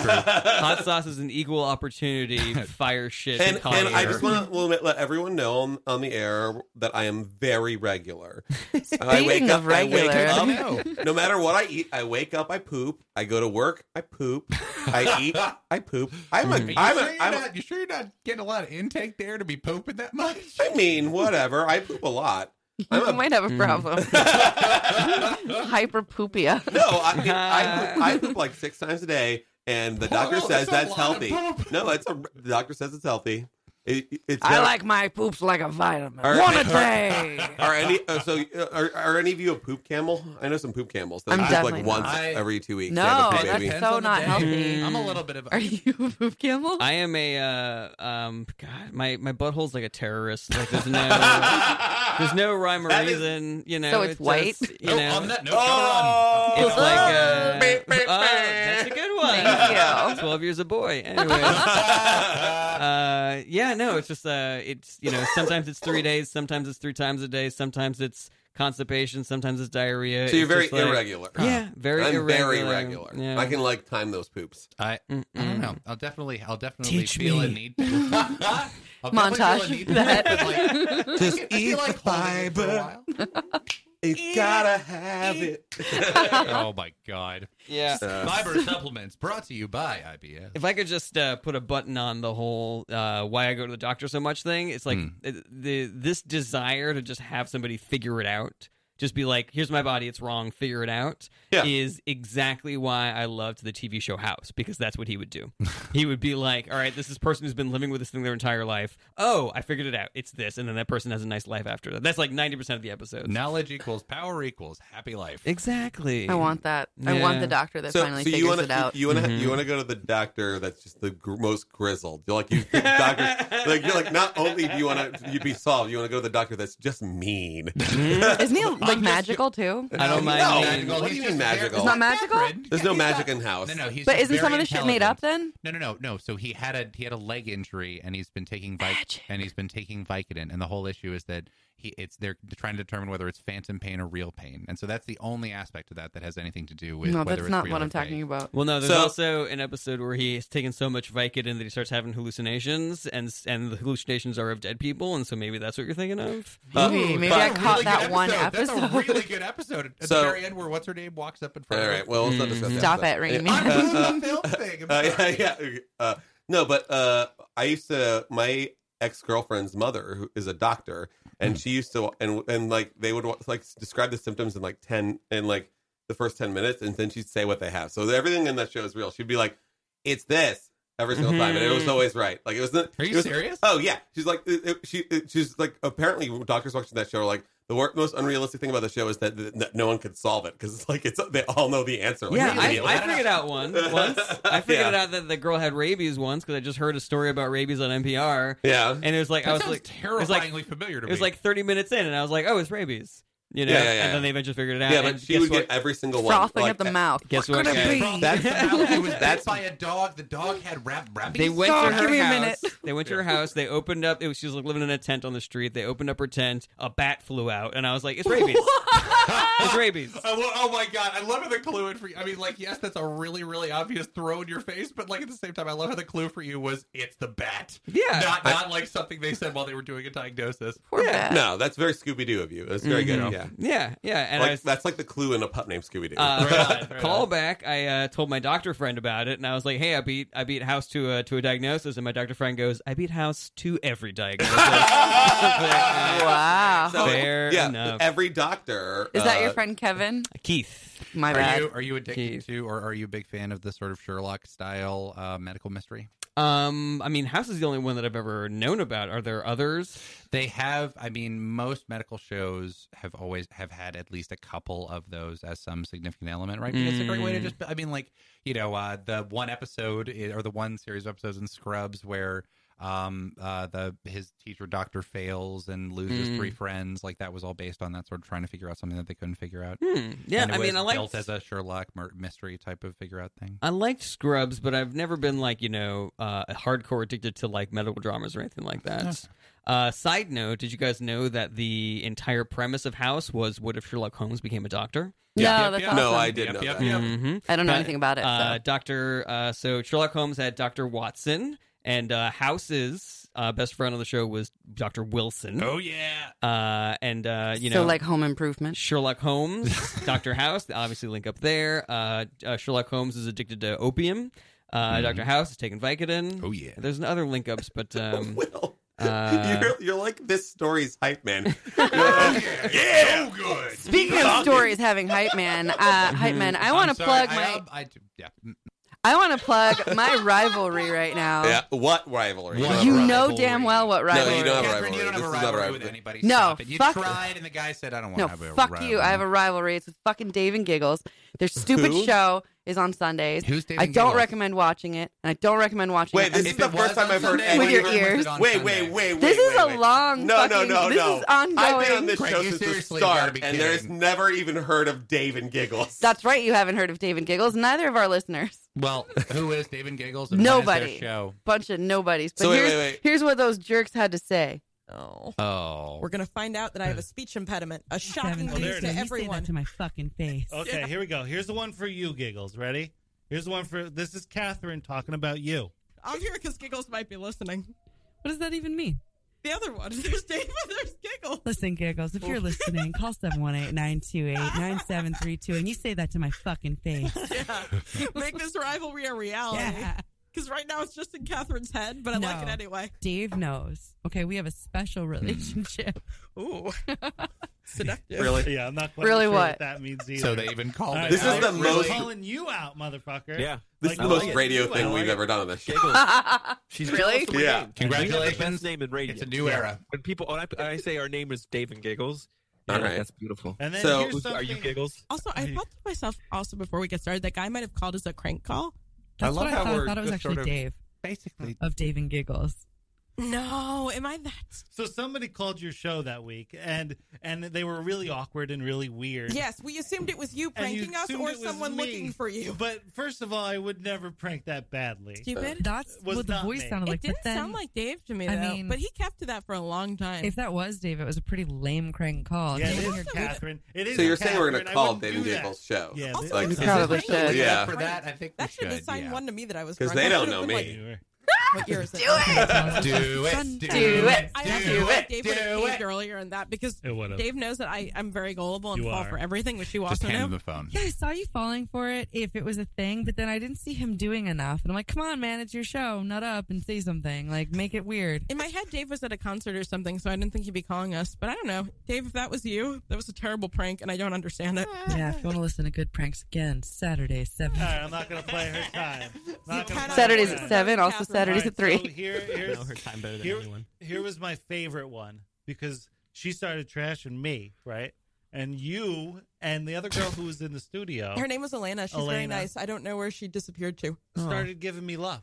Speaker 2: Uh,
Speaker 3: hot sauce is an equal opportunity fire shit.
Speaker 2: and
Speaker 3: call
Speaker 2: and I
Speaker 3: it.
Speaker 2: just want to let everyone know on, on the air that I am very regular. I
Speaker 5: Speaking
Speaker 2: wake up,
Speaker 5: of
Speaker 2: I wake
Speaker 5: regular.
Speaker 2: up, no matter what I eat, I wake up, I poop, I go to work, I poop, I eat, I poop. I'm a,
Speaker 6: Are you
Speaker 2: I'm
Speaker 6: sure
Speaker 2: a,
Speaker 6: you're
Speaker 2: I'm a,
Speaker 6: not, you sure you're not getting a lot of intake there to be pooping that much?
Speaker 2: I mean, whatever. I poop a lot. I'm
Speaker 5: You
Speaker 2: a
Speaker 5: might have a problem. Hyperpoopia.
Speaker 2: No, I, mean, I, poop, I poop like six times a day, and the doctor
Speaker 6: Paul,
Speaker 2: says
Speaker 6: that's a
Speaker 2: that's
Speaker 6: lot of
Speaker 2: healthy.
Speaker 6: poop.
Speaker 2: No, it's a, the doctor says it's healthy. It, it's
Speaker 4: I
Speaker 2: not-
Speaker 4: like my poops like a vitamin.
Speaker 2: All right.
Speaker 4: One a day.
Speaker 2: Are any uh, so uh, are, are any of you a poop camel? I know some poop camels. That
Speaker 5: I'm
Speaker 2: poop
Speaker 5: definitely
Speaker 2: like once
Speaker 6: not.
Speaker 2: every two weeks.
Speaker 5: No,
Speaker 2: They have a poop
Speaker 5: Oh, that's
Speaker 2: baby.
Speaker 5: so not healthy.
Speaker 6: I'm a little bit of.
Speaker 5: Are you a poop camel?
Speaker 3: I am a uh, um God, my my butthole's like a terrorist. Like there's no there's no rhyme or
Speaker 2: Ah, That is-
Speaker 3: reason. you know,
Speaker 5: So it's
Speaker 3: it
Speaker 5: white?
Speaker 3: just, you
Speaker 6: no,
Speaker 3: know,
Speaker 6: on that note,
Speaker 2: Oh!
Speaker 6: gotta run.
Speaker 3: It's like
Speaker 2: Oh.
Speaker 3: uh,
Speaker 2: Beep, beep,
Speaker 3: oh, that's a
Speaker 2: beep.
Speaker 3: good one.
Speaker 5: Thank you.
Speaker 3: Twelve years a boy. Anyway, uh, yeah, no, it's just uh, it's you know sometimes it's three days, sometimes it's three times a day, sometimes it's constipation, sometimes it's diarrhea.
Speaker 2: so you're
Speaker 3: It's
Speaker 2: very
Speaker 3: just like-
Speaker 2: irregular.
Speaker 3: Yeah, very
Speaker 2: I'm
Speaker 3: irregular.
Speaker 2: very regular.
Speaker 3: Yeah.
Speaker 2: I can like time those poops.
Speaker 6: I, I don't know. I'll definitely, I'll definitely feel a need. To, I'll
Speaker 5: Montage
Speaker 6: definitely feel a need
Speaker 5: of
Speaker 6: to-
Speaker 5: that.
Speaker 6: but, like, I
Speaker 2: Just
Speaker 6: feel- I feel
Speaker 2: eat
Speaker 6: like
Speaker 2: the
Speaker 6: holding it for a
Speaker 2: fiber.
Speaker 6: while.
Speaker 2: It's gotta have it.
Speaker 6: oh my god!
Speaker 3: Yeah.
Speaker 6: Fiber supplements brought to you by IBS.
Speaker 3: If I could just uh, put a button on the whole uh, why I go to the doctor so much thing, it's like th- the this desire to just have somebody figure it out, just be like, "Here's my body, it's wrong, figure it out,"
Speaker 2: Yeah.
Speaker 3: is exactly why I loved the TV show House because that's what he would do. he would be like, "All right, this is person who's been living with this thing their entire life. Oh, I figured it out. It's this," and then that person has a nice life after that. That's like ninety percent of the episodes.
Speaker 6: Knowledge equals power equals happy life.
Speaker 3: Exactly.
Speaker 5: I want that. I want
Speaker 3: Yeah.
Speaker 5: the doctor that finally
Speaker 2: you
Speaker 5: figures
Speaker 2: wanna,
Speaker 5: it out.
Speaker 2: You want to you want to go to the doctor that's just the gr- most grizzled. You're like you think doctor like you're like not only do you want to you'd be solved, you want to go to the doctor that's just mean.
Speaker 5: Isn't he like like
Speaker 2: I'm just-
Speaker 5: magical too?
Speaker 3: I don't mind.
Speaker 2: No.
Speaker 3: being-
Speaker 2: What do you mean magical?
Speaker 5: It's not magical?
Speaker 2: There's no magic in house.
Speaker 6: No, no. He's
Speaker 5: But
Speaker 6: just
Speaker 5: isn't some
Speaker 6: very
Speaker 5: of this shit made up
Speaker 6: intelligent.
Speaker 5: then?
Speaker 6: No, no, no, no. So he had a he had a leg injury, and he's been taking Vic-
Speaker 5: Magic.
Speaker 6: and he's been taking Vicodin, and the whole issue is that he it's they're trying to determine whether it's phantom pain or real pain, and so that's the only aspect of that that has anything to do with.
Speaker 5: No,
Speaker 6: whether
Speaker 5: that's
Speaker 6: it's
Speaker 5: not
Speaker 6: real
Speaker 5: what
Speaker 6: or
Speaker 5: I'm talking
Speaker 6: fake.
Speaker 5: about.
Speaker 3: Well, no, there's
Speaker 2: So-
Speaker 3: also an episode where he's taken so much Vicodin that he starts having hallucinations, and and the hallucinations are of dead people, and so maybe that's what you're thinking of.
Speaker 2: Uh,
Speaker 5: Maybe, maybe
Speaker 2: but-
Speaker 5: I caught
Speaker 6: Really good
Speaker 5: that one episode.
Speaker 6: That's a really good episode. At
Speaker 2: So-
Speaker 6: the very end, where what's her name walks up in
Speaker 2: All
Speaker 6: front.
Speaker 2: right. Well, let's not discuss that.
Speaker 5: Stop
Speaker 2: But-
Speaker 5: it, Raimi.
Speaker 2: Uh,
Speaker 6: I'm doing
Speaker 2: uh,
Speaker 6: the film thing. I'm
Speaker 2: Uh,
Speaker 6: sorry.
Speaker 2: yeah, yeah. Uh, no, but uh, I used to my ex girlfriend's mother who is a doctor, and she used to and and like they would like describe the symptoms in like ten in like the first ten minutes, and then she'd say what they have. So everything in that show is real. She'd be like, "It's this." Every single time, and it was
Speaker 3: Mhm.
Speaker 2: always right. Like it was. Are
Speaker 6: Mm-hmm. Are
Speaker 2: it
Speaker 6: you
Speaker 2: was,
Speaker 6: serious?
Speaker 2: Oh yeah, she's like it, it- she. It, she's like apparently doctors watching that show are like the wor- most unrealistic thing about the show is that, that no one could solve it because it's like it's they all know the answer. Like,
Speaker 3: Yeah,
Speaker 2: it's
Speaker 3: I,
Speaker 2: immediately.
Speaker 3: I figured out one once. I figured
Speaker 2: Yeah.
Speaker 3: it out that the girl had rabies once because I just heard a story about rabies on NPR,
Speaker 2: yeah.
Speaker 3: and it was like
Speaker 6: That
Speaker 3: I was
Speaker 6: sounds
Speaker 3: like, it was like
Speaker 6: terrifyingly familiar to
Speaker 3: it
Speaker 6: me.
Speaker 3: was like 30 minutes in, and I was like, oh, it's rabies, you know.
Speaker 2: Yeah, yeah, yeah.
Speaker 3: And then they eventually figured it out.
Speaker 2: Yeah,
Speaker 3: and
Speaker 2: but she
Speaker 3: guess
Speaker 2: would
Speaker 3: what?
Speaker 2: get every single one.
Speaker 5: Frothing
Speaker 2: like,
Speaker 5: at the mouth.
Speaker 3: guess what?
Speaker 4: gonna
Speaker 3: guys?
Speaker 4: be-
Speaker 6: That's it was
Speaker 2: That's-
Speaker 6: bit by a dog. The dog had rab- rabies.
Speaker 3: They went
Speaker 4: Stop,
Speaker 3: to her
Speaker 4: give me a
Speaker 3: house.
Speaker 4: minute.
Speaker 3: They went to her house. They opened up. It was, she was like living in a tent on the street. They opened up her tent. A bat flew out, and I was like, "It's rabies! it's rabies!"
Speaker 6: I lo- oh my god! I love how the clue in for you. I mean, like, yes, that's a really, really obvious throw in your face, but like at the same time, I love how the clue for you was it's the bat.
Speaker 3: Yeah.
Speaker 6: not not like something they said while they were doing a diagnosis.
Speaker 5: Poor Beth.
Speaker 2: No, that's very Scooby Doo of you. That's very good. Yeah,
Speaker 3: Mm-hmm. Yeah, yeah. And
Speaker 2: like,
Speaker 3: I was,
Speaker 2: that's like the clue in a pup named Scooby Doo.
Speaker 3: uh,
Speaker 6: Right on, right
Speaker 3: call
Speaker 6: on.
Speaker 3: back. I uh, told my doctor friend about it, and I was like, "Hey, I beat I beat House to a to a diagnosis," and my doctor friend goes, "I beat House to every diagnosis." I was like, uh,
Speaker 5: Wow.
Speaker 2: so,
Speaker 3: fair
Speaker 2: yeah,
Speaker 3: enough.
Speaker 2: every doctor
Speaker 5: Is that
Speaker 2: uh,
Speaker 5: your friend Kevin?
Speaker 3: Keith,
Speaker 5: My
Speaker 6: Are
Speaker 5: bad.
Speaker 6: you are you addicted
Speaker 3: Keith.
Speaker 6: to, or are you a big fan of the sort of Sherlock style uh, medical mystery?
Speaker 3: um, I mean, House is the only one that I've ever known about. Are there others?
Speaker 6: They have. I mean, most medical shows have always have had at least a couple of those as some significant element, right? Because It's a great way to just.
Speaker 3: Mm.
Speaker 6: I mean, like you know, uh, the one episode i- or the one series of episodes in Scrubs where um uh the his teacher doctor fails and loses
Speaker 3: Mm.
Speaker 6: three friends like that was all based on that sort of trying to figure out something that they couldn't figure out
Speaker 3: Hmm. Yeah,
Speaker 6: And it
Speaker 3: I Uh, mean,
Speaker 6: was
Speaker 3: I like
Speaker 6: built as a sherlock mur- mystery type of figure out thing
Speaker 3: I liked Scrubs, but I've never been like you know uh, hardcore addicted to like medical dramas or anything like that. Uh, side note: Did you guys know that the entire premise of House was what if Sherlock Holmes became a doctor?
Speaker 5: No,
Speaker 6: Yep,
Speaker 5: that's
Speaker 6: yep.
Speaker 5: awesome.
Speaker 2: No, I did
Speaker 6: Yep,
Speaker 2: know
Speaker 6: yep,
Speaker 2: that.
Speaker 6: yep.
Speaker 3: Mm-hmm.
Speaker 5: I don't know
Speaker 3: But,
Speaker 5: anything about it.
Speaker 3: Uh,
Speaker 5: So.
Speaker 3: Doctor, uh, so Sherlock Holmes had Doctor Watson, and uh, House's uh, best friend on the show was Doctor Wilson.
Speaker 6: oh yeah
Speaker 3: Uh, and uh, you
Speaker 5: so
Speaker 3: know,
Speaker 5: like Home Improvement.
Speaker 3: Sherlock Holmes, Doctor House, they obviously link up there. Uh, uh, Sherlock Holmes is addicted to opium. Uh,
Speaker 5: Mm-hmm.
Speaker 3: Doctor House is taking Vicodin.
Speaker 6: Oh, yeah.
Speaker 3: There's other link ups, but um,
Speaker 2: Will.
Speaker 3: uh,
Speaker 2: you're, you're like this story's hype man. yeah, yeah.
Speaker 6: so good
Speaker 5: Speaking of stories having hype man, uh, hype man, I want to plug my
Speaker 6: I, I, yeah
Speaker 5: I want to plug my rivalry right now.
Speaker 2: What rivalry?
Speaker 6: You
Speaker 2: What
Speaker 5: You
Speaker 2: rivalry?
Speaker 5: know
Speaker 6: rivalry.
Speaker 5: damn well what
Speaker 2: you
Speaker 5: rivalry.
Speaker 2: don't have a
Speaker 5: is.
Speaker 2: rivalry.
Speaker 6: Catherine, you don't have
Speaker 2: This
Speaker 6: a
Speaker 2: is not a
Speaker 6: rivalry with
Speaker 2: rivalry.
Speaker 6: anybody.
Speaker 5: No,
Speaker 6: Stop it. You
Speaker 5: fuck-
Speaker 6: tried, and the guy said, "I don't want
Speaker 5: No,
Speaker 6: to have a
Speaker 5: fuck
Speaker 6: rivalry."
Speaker 5: you. I have a rivalry. It's with fucking Dave and Giggles. Their stupid
Speaker 2: Who?
Speaker 5: show is on Sundays.
Speaker 6: Who's Dave
Speaker 5: I
Speaker 6: and
Speaker 5: don't
Speaker 6: Giggles?
Speaker 5: recommend watching it, and I don't recommend watching
Speaker 2: Wait,
Speaker 5: it.
Speaker 2: this is
Speaker 6: If
Speaker 2: the
Speaker 6: it was
Speaker 2: first time
Speaker 6: on
Speaker 2: I've heard
Speaker 6: Sunday,
Speaker 2: anyone
Speaker 5: With your
Speaker 6: when you heard
Speaker 5: ears.
Speaker 6: it on
Speaker 2: Wait,
Speaker 6: Sunday.
Speaker 2: wait, wait,
Speaker 5: This
Speaker 2: wait,
Speaker 5: is a
Speaker 2: wait.
Speaker 5: long
Speaker 2: No, no,
Speaker 5: fucking-
Speaker 2: no,
Speaker 5: this
Speaker 2: no.
Speaker 5: is
Speaker 2: I've been on
Speaker 5: ongoing.
Speaker 2: this
Speaker 6: Greg,
Speaker 2: show
Speaker 6: you
Speaker 2: since the
Speaker 6: seriously gotta
Speaker 2: start,
Speaker 6: be
Speaker 2: and there's
Speaker 6: kidding.
Speaker 2: never even heard of Dave and Giggles.
Speaker 5: That's right. You haven't heard of Dave and Giggles. Neither of our listeners.
Speaker 6: Well, who is David Giggles? And when is their
Speaker 5: Nobody.
Speaker 6: show.
Speaker 5: Bunch of nobodies. But
Speaker 2: So wait,
Speaker 5: here's,
Speaker 2: wait, wait.
Speaker 5: here's what those jerks had to say.
Speaker 7: Oh.
Speaker 6: Oh,
Speaker 7: We're going to find out that I have a speech impediment, a shocking
Speaker 8: Well, there
Speaker 7: news
Speaker 8: it
Speaker 7: to
Speaker 8: is.
Speaker 7: everyone. Oh.
Speaker 9: to my fucking face.
Speaker 8: Okay, here we go. Here's the one for you, Giggles. Ready? Here's the one for this is Catherine talking about you.
Speaker 7: I'm here because Giggles might be listening.
Speaker 9: What does that even mean?
Speaker 7: The other one. There's Dave and there's Giggles.
Speaker 9: Listen, Giggles, if you're
Speaker 7: Oh.
Speaker 9: listening, call 718-928-9732 and you say that to my fucking face.
Speaker 7: Yeah. Make this rivalry a reality.
Speaker 9: Yeah.
Speaker 7: Because right now it's just in Catherine's head, but I like it
Speaker 9: No.
Speaker 7: anyway.
Speaker 9: Dave knows. Okay, we have a
Speaker 6: Hmm.
Speaker 9: special relationship.
Speaker 7: Ooh. Seductive.
Speaker 2: Really?
Speaker 8: Yeah, I'm not quite
Speaker 5: Really
Speaker 8: sure
Speaker 5: what?
Speaker 8: that means either.
Speaker 6: so they even called
Speaker 8: All
Speaker 6: it.
Speaker 8: right,
Speaker 2: This is
Speaker 8: now
Speaker 6: out.
Speaker 2: the
Speaker 8: I'm
Speaker 2: most-
Speaker 8: calling you out, motherfucker.
Speaker 10: Yeah.
Speaker 2: This is the
Speaker 10: I
Speaker 2: most
Speaker 10: like it.
Speaker 2: radio
Speaker 10: I
Speaker 2: thing
Speaker 10: like
Speaker 2: we've
Speaker 10: it.
Speaker 2: ever done on this show.
Speaker 10: Giggles. She's
Speaker 5: Really?
Speaker 10: Giggles.
Speaker 2: Yeah.
Speaker 10: Name. She's the
Speaker 6: Congratulations.
Speaker 10: best name in radio.
Speaker 6: It's a new era.
Speaker 10: When people, when I, I say our name is Dave and Giggles,
Speaker 2: All
Speaker 10: yeah,
Speaker 2: right.
Speaker 10: that's beautiful.
Speaker 8: And then
Speaker 2: So-
Speaker 8: here's something.
Speaker 10: Are you Giggles?
Speaker 7: Also, I
Speaker 8: Hey.
Speaker 7: thought to myself also before we get started, that guy might have called us a crank call.
Speaker 9: That's
Speaker 6: love
Speaker 9: what I
Speaker 6: how
Speaker 9: thought.
Speaker 6: we're
Speaker 9: I thought it was
Speaker 6: just
Speaker 9: actually
Speaker 6: sort of-
Speaker 9: Dave
Speaker 6: Basically,
Speaker 9: of Dave and Giggles.
Speaker 7: No, am I that?
Speaker 8: So somebody called your show that week, and and they were really awkward and really weird.
Speaker 7: Yes, we assumed it was you
Speaker 8: And you
Speaker 7: pranking us
Speaker 8: assumed
Speaker 7: or
Speaker 8: it was
Speaker 7: someone
Speaker 8: me.
Speaker 7: looking for you.
Speaker 8: But first of all, I would never prank that badly.
Speaker 7: Stupid.
Speaker 9: That's
Speaker 8: Was
Speaker 9: what the
Speaker 8: not
Speaker 9: voice
Speaker 8: me.
Speaker 9: sounded like.
Speaker 7: it didn't
Speaker 9: but then,
Speaker 7: sound like Dave to me, though.
Speaker 9: I mean-
Speaker 7: but he kept to that for a long time.
Speaker 9: if that was Dave, it was a pretty lame crank call.
Speaker 8: Yeah, it
Speaker 9: Didn't
Speaker 8: is
Speaker 9: hear-
Speaker 8: Catherine. It is.
Speaker 2: So you're saying we're
Speaker 8: going
Speaker 2: going
Speaker 8: to
Speaker 2: to call Dave and Giggle's show?
Speaker 8: Yeah,
Speaker 7: Also,
Speaker 2: like,
Speaker 5: We
Speaker 2: is this-
Speaker 5: probably
Speaker 7: Right.
Speaker 5: should.
Speaker 2: Yeah.
Speaker 6: For that, I think we
Speaker 7: that should
Speaker 6: should.
Speaker 7: have signed
Speaker 6: yeah.
Speaker 7: one to me that I was
Speaker 2: 'Cause
Speaker 7: drunk.
Speaker 2: they
Speaker 7: That
Speaker 2: don't
Speaker 7: should've
Speaker 2: know
Speaker 7: been,
Speaker 2: me.
Speaker 8: You
Speaker 7: Like, what year is it?
Speaker 5: Do it.
Speaker 6: Do it. Do
Speaker 5: Do it.
Speaker 7: I
Speaker 6: Do
Speaker 7: also feel
Speaker 6: it.
Speaker 7: like Dave
Speaker 6: Do
Speaker 7: would have caved
Speaker 6: it.
Speaker 7: earlier in that because
Speaker 8: were- It would have.
Speaker 7: Dave knows that I, I'm very gullible and
Speaker 8: You
Speaker 7: fall
Speaker 8: are.
Speaker 7: for everything, which you
Speaker 6: Just
Speaker 7: also
Speaker 6: hand
Speaker 7: know.
Speaker 6: him the phone.
Speaker 9: Yeah, I saw you falling for it if it was a thing, but then I didn't see him doing enough. And I'm like, come on, man, it's your show. Nut up and say something. Like, make it weird.
Speaker 7: In my head, Dave was at a concert or something, so I didn't think he'd be calling us. But I don't know. Dave, if that was you, that was a terrible prank, and I don't understand it.
Speaker 9: yeah, if you want to listen to good pranks again, Saturday, 7.
Speaker 8: All right, I'm not going to play her time. Not gonna play
Speaker 5: Saturdays
Speaker 8: her
Speaker 5: at
Speaker 8: time.
Speaker 5: seven. Also
Speaker 7: Catherine.
Speaker 5: Saturdays at
Speaker 8: All right, so
Speaker 5: three.
Speaker 8: here, here's,
Speaker 10: know her time better than
Speaker 8: here,
Speaker 10: anyone.
Speaker 8: here was my favorite one because she started trashing me, right? And you and the other girl who was in the studio
Speaker 7: Her name was Elena. She's very
Speaker 8: Elena.
Speaker 7: nice. I don't know where she disappeared to.
Speaker 8: started giving me love.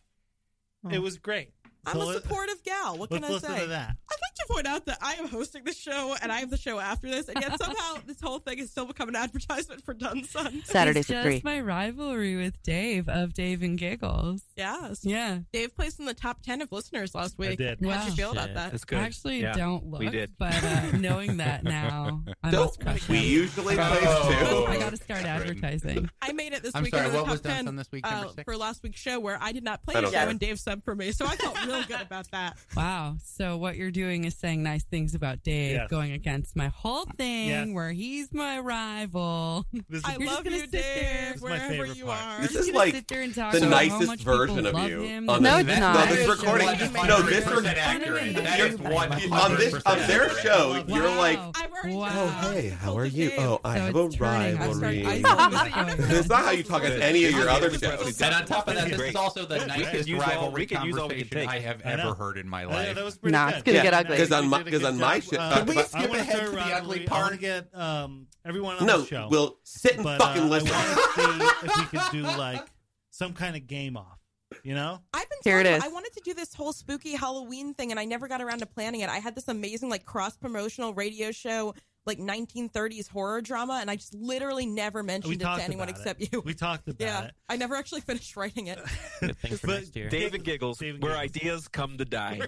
Speaker 8: It was great.
Speaker 7: I'm
Speaker 8: So
Speaker 7: a
Speaker 8: let-
Speaker 7: supportive gal. What
Speaker 8: Let's
Speaker 7: can I
Speaker 8: listen
Speaker 7: say?
Speaker 8: to that.
Speaker 7: I'd like to point out that I am hosting the show and I have the show after this, and yet somehow this whole thing has still become an advertisement for Dunsun.
Speaker 5: Saturdays
Speaker 9: it's
Speaker 5: at three.
Speaker 9: just my rivalry with Dave of Dave and Giggles.
Speaker 7: Yes.
Speaker 9: Yeah.
Speaker 7: Dave placed in the top 10 of listeners last week.
Speaker 8: I did.
Speaker 7: How'd you
Speaker 9: Wow.
Speaker 7: feel about
Speaker 10: Shit,
Speaker 7: that?
Speaker 10: That's good.
Speaker 9: I actually
Speaker 10: Yeah.
Speaker 9: don't look,
Speaker 10: we did.
Speaker 9: but uh, knowing that now, I must crush
Speaker 2: we
Speaker 9: him.
Speaker 2: usually play
Speaker 6: Oh.
Speaker 9: I
Speaker 2: two.
Speaker 9: got to start advertising.
Speaker 7: I made it this
Speaker 6: I'm
Speaker 7: week
Speaker 6: sorry,
Speaker 7: into the
Speaker 6: what
Speaker 7: top
Speaker 6: was
Speaker 7: 10
Speaker 6: Dunsun this week,
Speaker 7: uh,
Speaker 6: number six?
Speaker 7: for last week's show where I did not play
Speaker 2: I
Speaker 7: the show
Speaker 2: don't care.
Speaker 7: and Dave subbed for me, so I felt real good about that.
Speaker 9: Wow. So what you're doing is saying nice things about Dave,
Speaker 8: Yes.
Speaker 9: going against my whole thing
Speaker 8: Yes.
Speaker 9: where he's my rival.
Speaker 8: This is
Speaker 7: I
Speaker 9: You're just
Speaker 7: love
Speaker 9: gonna
Speaker 7: you,
Speaker 9: sit there.
Speaker 7: Dave,
Speaker 8: It's my
Speaker 7: wherever
Speaker 8: favorite
Speaker 7: you
Speaker 8: part.
Speaker 7: are.
Speaker 2: This is
Speaker 9: Gonna
Speaker 2: like
Speaker 9: sit there and talk
Speaker 2: the
Speaker 9: about how
Speaker 2: nicest
Speaker 9: much people
Speaker 2: version of
Speaker 9: love
Speaker 2: you.
Speaker 9: him.
Speaker 2: on
Speaker 5: No,
Speaker 2: this-
Speaker 5: it's not.
Speaker 2: No, this
Speaker 9: That is
Speaker 2: recording.
Speaker 9: one
Speaker 2: No, this
Speaker 9: hundred
Speaker 2: rec-
Speaker 9: percent accurate.
Speaker 2: that is
Speaker 9: Everybody.
Speaker 2: one on this on their show.
Speaker 9: Wow.
Speaker 2: You're like,
Speaker 7: I've already
Speaker 2: oh
Speaker 9: Wow.
Speaker 2: hey, how are
Speaker 7: Dave.
Speaker 2: you? Oh, I
Speaker 9: So
Speaker 2: have a
Speaker 9: it's turning. I'm sorry.
Speaker 2: rivalry.
Speaker 9: I-
Speaker 2: That's not how you talk at any of your other shows.
Speaker 6: And on top of that, this
Speaker 10: Great.
Speaker 6: is also the
Speaker 10: can
Speaker 6: nicest
Speaker 10: use all-
Speaker 6: rivalry
Speaker 10: we can use all we can take.
Speaker 6: conversation I have
Speaker 8: I know.
Speaker 6: ever heard in my
Speaker 8: I know,
Speaker 6: life.
Speaker 8: that was pretty
Speaker 5: Nah,
Speaker 8: good.
Speaker 5: it's gonna get ugly.
Speaker 8: Because
Speaker 2: 'Cause on my- 'cause on my shit- uh, Could we
Speaker 8: I
Speaker 6: skip
Speaker 8: want
Speaker 6: ahead to the
Speaker 8: rivalry.
Speaker 6: ugly
Speaker 8: I want to
Speaker 6: part?
Speaker 8: get um, everyone on
Speaker 2: No,
Speaker 8: the show.
Speaker 2: we'll sit and
Speaker 8: but,
Speaker 2: fucking
Speaker 8: uh,
Speaker 2: listen.
Speaker 8: I wanna see if we could do like some kind of game off. You know,
Speaker 7: I've been
Speaker 5: Here it
Speaker 7: telling you,
Speaker 5: is.
Speaker 7: I wanted to do this whole spooky Halloween thing, and I never got around to planning it. I had this amazing like cross promotional radio show, like 1930s horror drama, and I just literally never mentioned
Speaker 8: we
Speaker 7: it to
Speaker 8: talked
Speaker 7: anyone
Speaker 8: about
Speaker 7: except
Speaker 8: it.
Speaker 7: you.
Speaker 8: We talked about
Speaker 7: yeah,
Speaker 8: it.
Speaker 7: I never actually finished writing it.
Speaker 10: Thanks for
Speaker 8: But
Speaker 10: next year. Dave and Giggles,
Speaker 8: Dave and
Speaker 10: where
Speaker 8: Giggles.
Speaker 10: ideas come to die.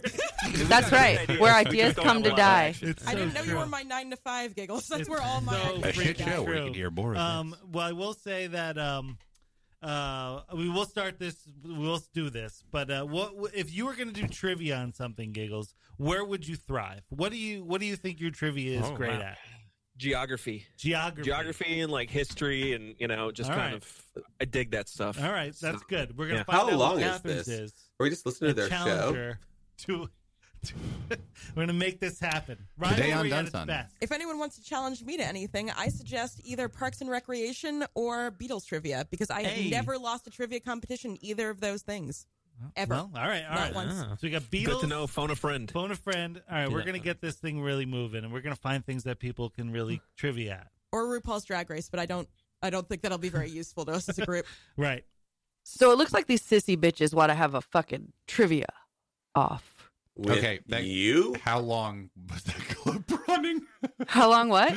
Speaker 5: That's right. Where ideas come to die.
Speaker 7: I didn't know you were my nine to five giggles. That's
Speaker 8: It's
Speaker 7: where all my
Speaker 8: so
Speaker 6: a
Speaker 7: ideas
Speaker 6: shit
Speaker 7: came
Speaker 6: show
Speaker 7: from.
Speaker 6: where you can hear more of
Speaker 8: Um, well, I will say that um, uh, we will start this. We will do this. But uh, what if you were going to do trivia on something, Giggles? Where would you thrive? What do you What do you think your trivia is
Speaker 10: Oh,
Speaker 8: great
Speaker 10: wow.
Speaker 8: at?
Speaker 10: Geography.
Speaker 8: Geography.
Speaker 10: Geography and like history and you know just
Speaker 8: All
Speaker 10: kind
Speaker 8: right.
Speaker 10: of I dig that stuff.
Speaker 8: All right, that's good. We're gonna
Speaker 10: Yeah.
Speaker 8: find
Speaker 2: How
Speaker 8: out
Speaker 2: long
Speaker 8: what
Speaker 2: is
Speaker 8: Catherine's
Speaker 2: this?
Speaker 8: is.
Speaker 2: Or we just listen to
Speaker 8: A
Speaker 2: their show.
Speaker 8: challenger To, to- we're gonna make this happen.
Speaker 6: Today on
Speaker 8: Rivalry at its
Speaker 6: Dunsun.
Speaker 8: best.
Speaker 7: If anyone wants to challenge me to anything, I suggest either Parks and Recreation or Beatles trivia because I
Speaker 8: Hey.
Speaker 7: have never lost a trivia competition in either of those things. Ever.
Speaker 8: Well, all right, all
Speaker 7: Not
Speaker 8: right.
Speaker 7: once.
Speaker 8: So we got Beatles.
Speaker 10: Good to know. Phone a friend.
Speaker 8: Phone a friend. All right,
Speaker 10: Do
Speaker 8: we're
Speaker 10: that
Speaker 8: gonna
Speaker 10: one.
Speaker 8: get this thing really moving, and we're gonna find things that people can really trivia at.
Speaker 7: or RuPaul's Drag Race, but I don't. I don't think that'll be very useful to us as a group.
Speaker 8: Right.
Speaker 5: So it looks like these sissy bitches want to have a fucking trivia off.
Speaker 2: With
Speaker 6: Okay, that-
Speaker 2: you
Speaker 6: How long was that clip running?
Speaker 5: How long? What?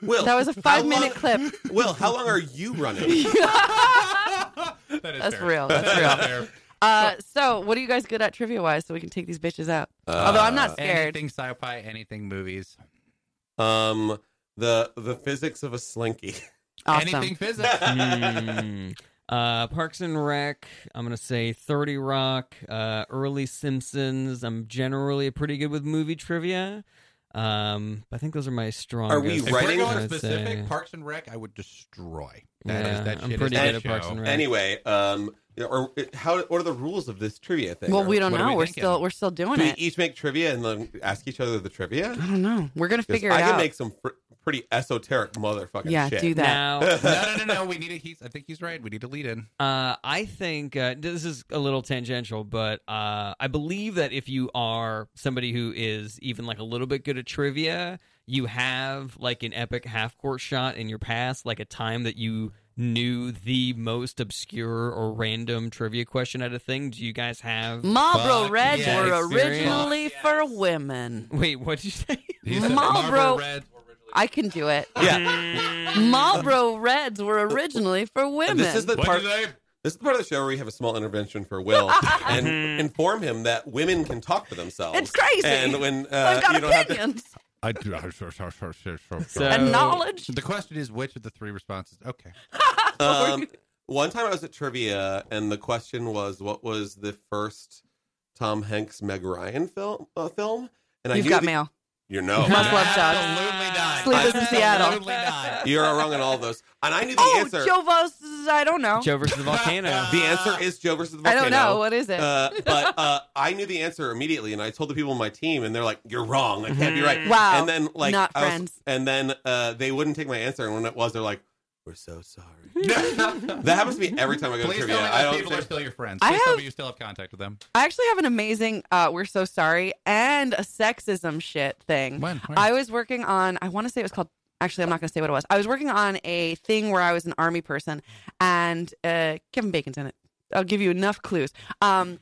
Speaker 2: Will.
Speaker 5: That was a
Speaker 2: how
Speaker 5: five minute
Speaker 2: long-
Speaker 5: clip.
Speaker 2: Will, how long are you running?
Speaker 6: That is
Speaker 5: That's
Speaker 6: fair.
Speaker 5: real. That's
Speaker 6: That's
Speaker 5: real.
Speaker 6: fair.
Speaker 5: Uh, so, what are you guys good at trivia wise so we can take these bitches out? Although I'm not scared.
Speaker 6: Uh, Anything sci-fi, anything movies,
Speaker 2: um, the the physics of a slinky.
Speaker 5: Awesome.
Speaker 6: anything physics.
Speaker 3: Hmm. Uh, Parks and Rec. I'm gonna say 30 Rock. Uh, early Simpsons. I'm generally pretty good with movie trivia. Um, I think those are my strongest.
Speaker 6: if
Speaker 2: Writing,
Speaker 6: we're
Speaker 3: I
Speaker 6: going
Speaker 3: would
Speaker 6: specific,
Speaker 3: say.
Speaker 6: Parks and Rec, I would destroy. That is
Speaker 3: Yeah,
Speaker 6: that
Speaker 3: I'm
Speaker 6: shit
Speaker 3: pretty
Speaker 6: is
Speaker 3: good
Speaker 6: that
Speaker 3: at Parks
Speaker 6: show.
Speaker 3: and Rec.
Speaker 2: Anyway, um, or it- how? What are the rules of this trivia thing?
Speaker 5: well, we don't
Speaker 6: What are
Speaker 5: know.
Speaker 6: we
Speaker 5: We are
Speaker 6: thinking?
Speaker 5: still we're still doing
Speaker 2: Do we
Speaker 5: it.
Speaker 2: each make trivia and then ask each other the trivia?
Speaker 5: I don't know. We're gonna
Speaker 2: 'Cause
Speaker 5: figure it
Speaker 2: I
Speaker 5: out.
Speaker 2: can make some pr- pretty esoteric motherfucking
Speaker 5: yeah,
Speaker 2: shit.
Speaker 5: do that.
Speaker 3: Now,
Speaker 6: No, no, no, no. We need a he's. I think he's right. We need a lead in.
Speaker 3: Uh, I think uh, this is a little tangential, but uh, I believe that if you are somebody who is even like a little bit good at trivia, you have like an epic half court shot in your past, like a time that you knew the most obscure or random trivia question at a thing. Do you guys have?
Speaker 5: Marlboro
Speaker 6: Fuck
Speaker 5: Reds
Speaker 3: yeah,
Speaker 5: were
Speaker 3: experience.
Speaker 5: originally for women.
Speaker 3: Wait, what did you say?
Speaker 6: He said
Speaker 5: Marlboro-
Speaker 6: Reds were originally-
Speaker 5: I can do it.
Speaker 3: Yeah.
Speaker 5: Marlboro Reds were originally for women.
Speaker 2: This is the
Speaker 6: What
Speaker 2: part.
Speaker 6: did I-
Speaker 2: This is the part of the show where we have a small intervention for Will and
Speaker 6: Mm-hmm.
Speaker 2: inform him that women can talk for themselves.
Speaker 5: It's crazy.
Speaker 2: And when uh,
Speaker 5: I've got
Speaker 2: you don't have to, Oh.
Speaker 5: opinions
Speaker 6: I do. I- sure, sure, sure, sure, sure.
Speaker 3: So-
Speaker 5: and knowledge.
Speaker 6: The question is, which of the three responses? Okay.
Speaker 2: Um, one time I was at trivia, and the question was, "What was the first Tom Hanks Meg Ryan film?" Uh, film? And
Speaker 5: You've
Speaker 2: knew
Speaker 5: got
Speaker 2: the-
Speaker 5: mail.
Speaker 2: You know,
Speaker 5: Must love Dogs.
Speaker 6: Absolutely not.
Speaker 5: Sleepless in Seattle.
Speaker 6: Absolutely not.
Speaker 2: you're wrong on all those. And I knew the
Speaker 5: Oh,
Speaker 2: answer.
Speaker 5: Joe Vos, I don't know.
Speaker 3: Joe versus the volcano.
Speaker 2: the answer is Joe versus the
Speaker 5: I
Speaker 2: volcano.
Speaker 5: don't know. What is it?
Speaker 2: Uh, but uh, I knew the answer immediately, and I told the people on my team, and they're like, "You're wrong. I can't be right."
Speaker 5: Mm-hmm. Wow.
Speaker 2: And then like,
Speaker 5: Not
Speaker 2: I was-
Speaker 5: friends.
Speaker 2: and then uh, they wouldn't take my answer, and when it was, they're like, "We're so sorry." that happens to me every time I go to
Speaker 6: Please tell me
Speaker 2: trivia. I
Speaker 6: those
Speaker 2: don't.
Speaker 6: people are
Speaker 2: think-
Speaker 6: still your friends.
Speaker 5: I
Speaker 6: Please tell
Speaker 5: have-
Speaker 6: me you still have contact with them.
Speaker 5: I actually have an amazing uh, "We're so sorry" and a sexism shit thing.
Speaker 6: When? Where?
Speaker 5: I was working on, I want to say it was called, actually, I'm not going to say what it was. I was working on a thing where I was an army person, and uh, Kevin Bacon's in it. I'll give you enough clues. Um,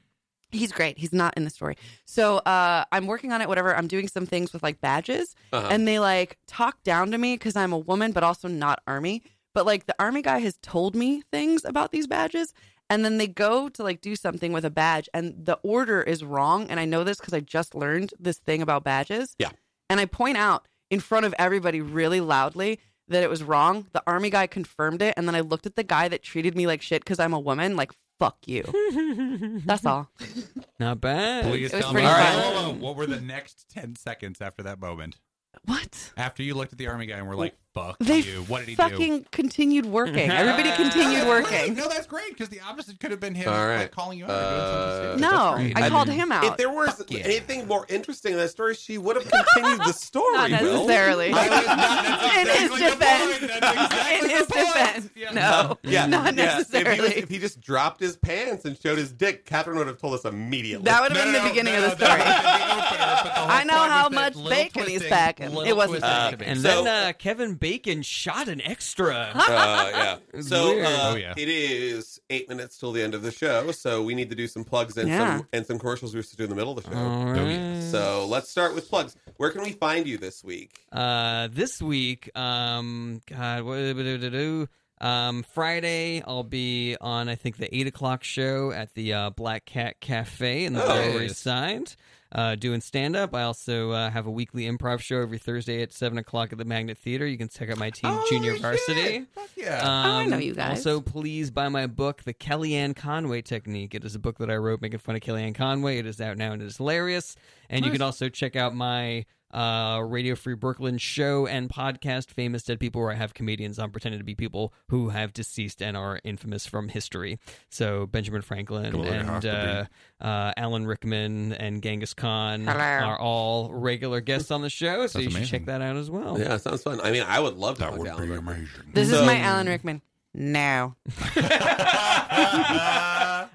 Speaker 5: he's great. He's not in the story. So uh, I'm working on it, whatever. I'm doing some things with like badges,
Speaker 2: Uh-huh.
Speaker 5: and they like talk down to me because I'm a woman, but also not army. But like the army guy has told me things about these badges. And then they go to like do something with a badge, and the order is wrong. And I know this because I just learned this thing about badges.
Speaker 2: Yeah.
Speaker 5: And I point out in front of everybody really loudly that it was wrong. The army guy confirmed it. And then I looked at the guy that treated me like shit because I'm a woman, like, fuck you. That's all.
Speaker 3: Not bad.
Speaker 6: Please
Speaker 5: It was
Speaker 6: tell me.
Speaker 5: pretty
Speaker 6: All right.
Speaker 5: fun.
Speaker 6: Whoa, whoa, whoa. What were the next ten seconds after that moment?
Speaker 5: What?
Speaker 6: After you looked at the army guy and were like, "Fuck
Speaker 5: They
Speaker 6: you." What did he do?
Speaker 5: Fucking continued working. Everybody
Speaker 6: Yeah,
Speaker 5: continued
Speaker 6: right.
Speaker 5: working.
Speaker 6: No, that's great because the opposite could have been him
Speaker 2: All
Speaker 6: like,
Speaker 2: right.
Speaker 6: calling you out. or doing something
Speaker 2: Uh,
Speaker 6: stupid. That's
Speaker 5: No,
Speaker 6: great.
Speaker 5: I
Speaker 2: I
Speaker 5: called
Speaker 2: mean,
Speaker 5: him
Speaker 2: If
Speaker 5: out.
Speaker 2: there was
Speaker 6: yeah.
Speaker 2: anything more interesting in that story, she would have continued the story.
Speaker 5: Not
Speaker 2: Will.
Speaker 5: necessarily.
Speaker 6: That was not- that's
Speaker 5: In his
Speaker 6: exactly the
Speaker 5: defense.
Speaker 6: point. That's exactly
Speaker 5: In
Speaker 6: the
Speaker 5: his
Speaker 6: point.
Speaker 5: defense.
Speaker 6: Yeah.
Speaker 5: No,
Speaker 2: Yeah,
Speaker 5: not
Speaker 2: yeah. If he, was-
Speaker 5: necessarily.
Speaker 2: if he just dropped his pants and showed his dick, Catherine would have told us immediately.
Speaker 5: That would have
Speaker 6: No,
Speaker 5: been
Speaker 6: no,
Speaker 5: the
Speaker 6: no,
Speaker 5: beginning
Speaker 6: no,
Speaker 5: of the
Speaker 6: that
Speaker 5: story.
Speaker 6: was the opener, but the whole
Speaker 5: I know
Speaker 6: point was
Speaker 5: how
Speaker 6: that
Speaker 5: much
Speaker 6: little
Speaker 5: bacon he's
Speaker 6: twisting,
Speaker 5: packing. It
Speaker 6: little
Speaker 5: wasn't
Speaker 6: twisting.
Speaker 5: bacon.
Speaker 3: and
Speaker 2: So-
Speaker 3: then uh, Kevin Bacon shot an extra.
Speaker 2: Uh, yeah.
Speaker 3: was
Speaker 2: So
Speaker 3: weird.
Speaker 2: uh,
Speaker 6: Oh, yeah.
Speaker 2: it is eight minutes till the end of the show, so we need to do some plugs and
Speaker 5: Yeah.
Speaker 2: some and some commercials we used to do in the middle of the show.
Speaker 3: All right.
Speaker 2: So let's start with plugs. Where can we find you this week?
Speaker 3: Uh, this week, um, God, what do um, Friday, I'll be on, I think, the 8 o'clock show at the uh, Black Cat Cafe in the Lower East Side uh, doing stand up. I also uh, have a weekly improv show every Thursday at 7 o'clock at the Magnet Theater. You can check out my team,
Speaker 6: Oh,
Speaker 3: Junior
Speaker 6: shit.
Speaker 3: Varsity.
Speaker 6: Fuck yeah.
Speaker 5: Oh, I
Speaker 3: Um,
Speaker 5: know you guys.
Speaker 3: Also, please buy my book, The Kellyanne Conway Technique. It is a book that I wrote making fun of Kellyanne Conway. It is out now and it is hilarious. And you can also check out my uh, Radio Free Brooklyn show and podcast, Famous Dead People, where I have comedians on pretending to be people who have deceased and are infamous from history. So Benjamin Franklin
Speaker 6: Gloria
Speaker 3: and uh,
Speaker 6: Huckabee.
Speaker 3: uh, Alan Rickman and Genghis Khan
Speaker 5: Hello.
Speaker 3: are all regular guests on the show. So
Speaker 6: That's
Speaker 3: you should
Speaker 6: amazing.
Speaker 3: check that out as well.
Speaker 2: Yeah, sounds fun. I mean, I would love to
Speaker 6: That
Speaker 2: talk
Speaker 6: would
Speaker 2: to
Speaker 6: be
Speaker 2: Alan.
Speaker 6: amazing.
Speaker 5: This is
Speaker 2: So-
Speaker 5: my Alan Rickman. No.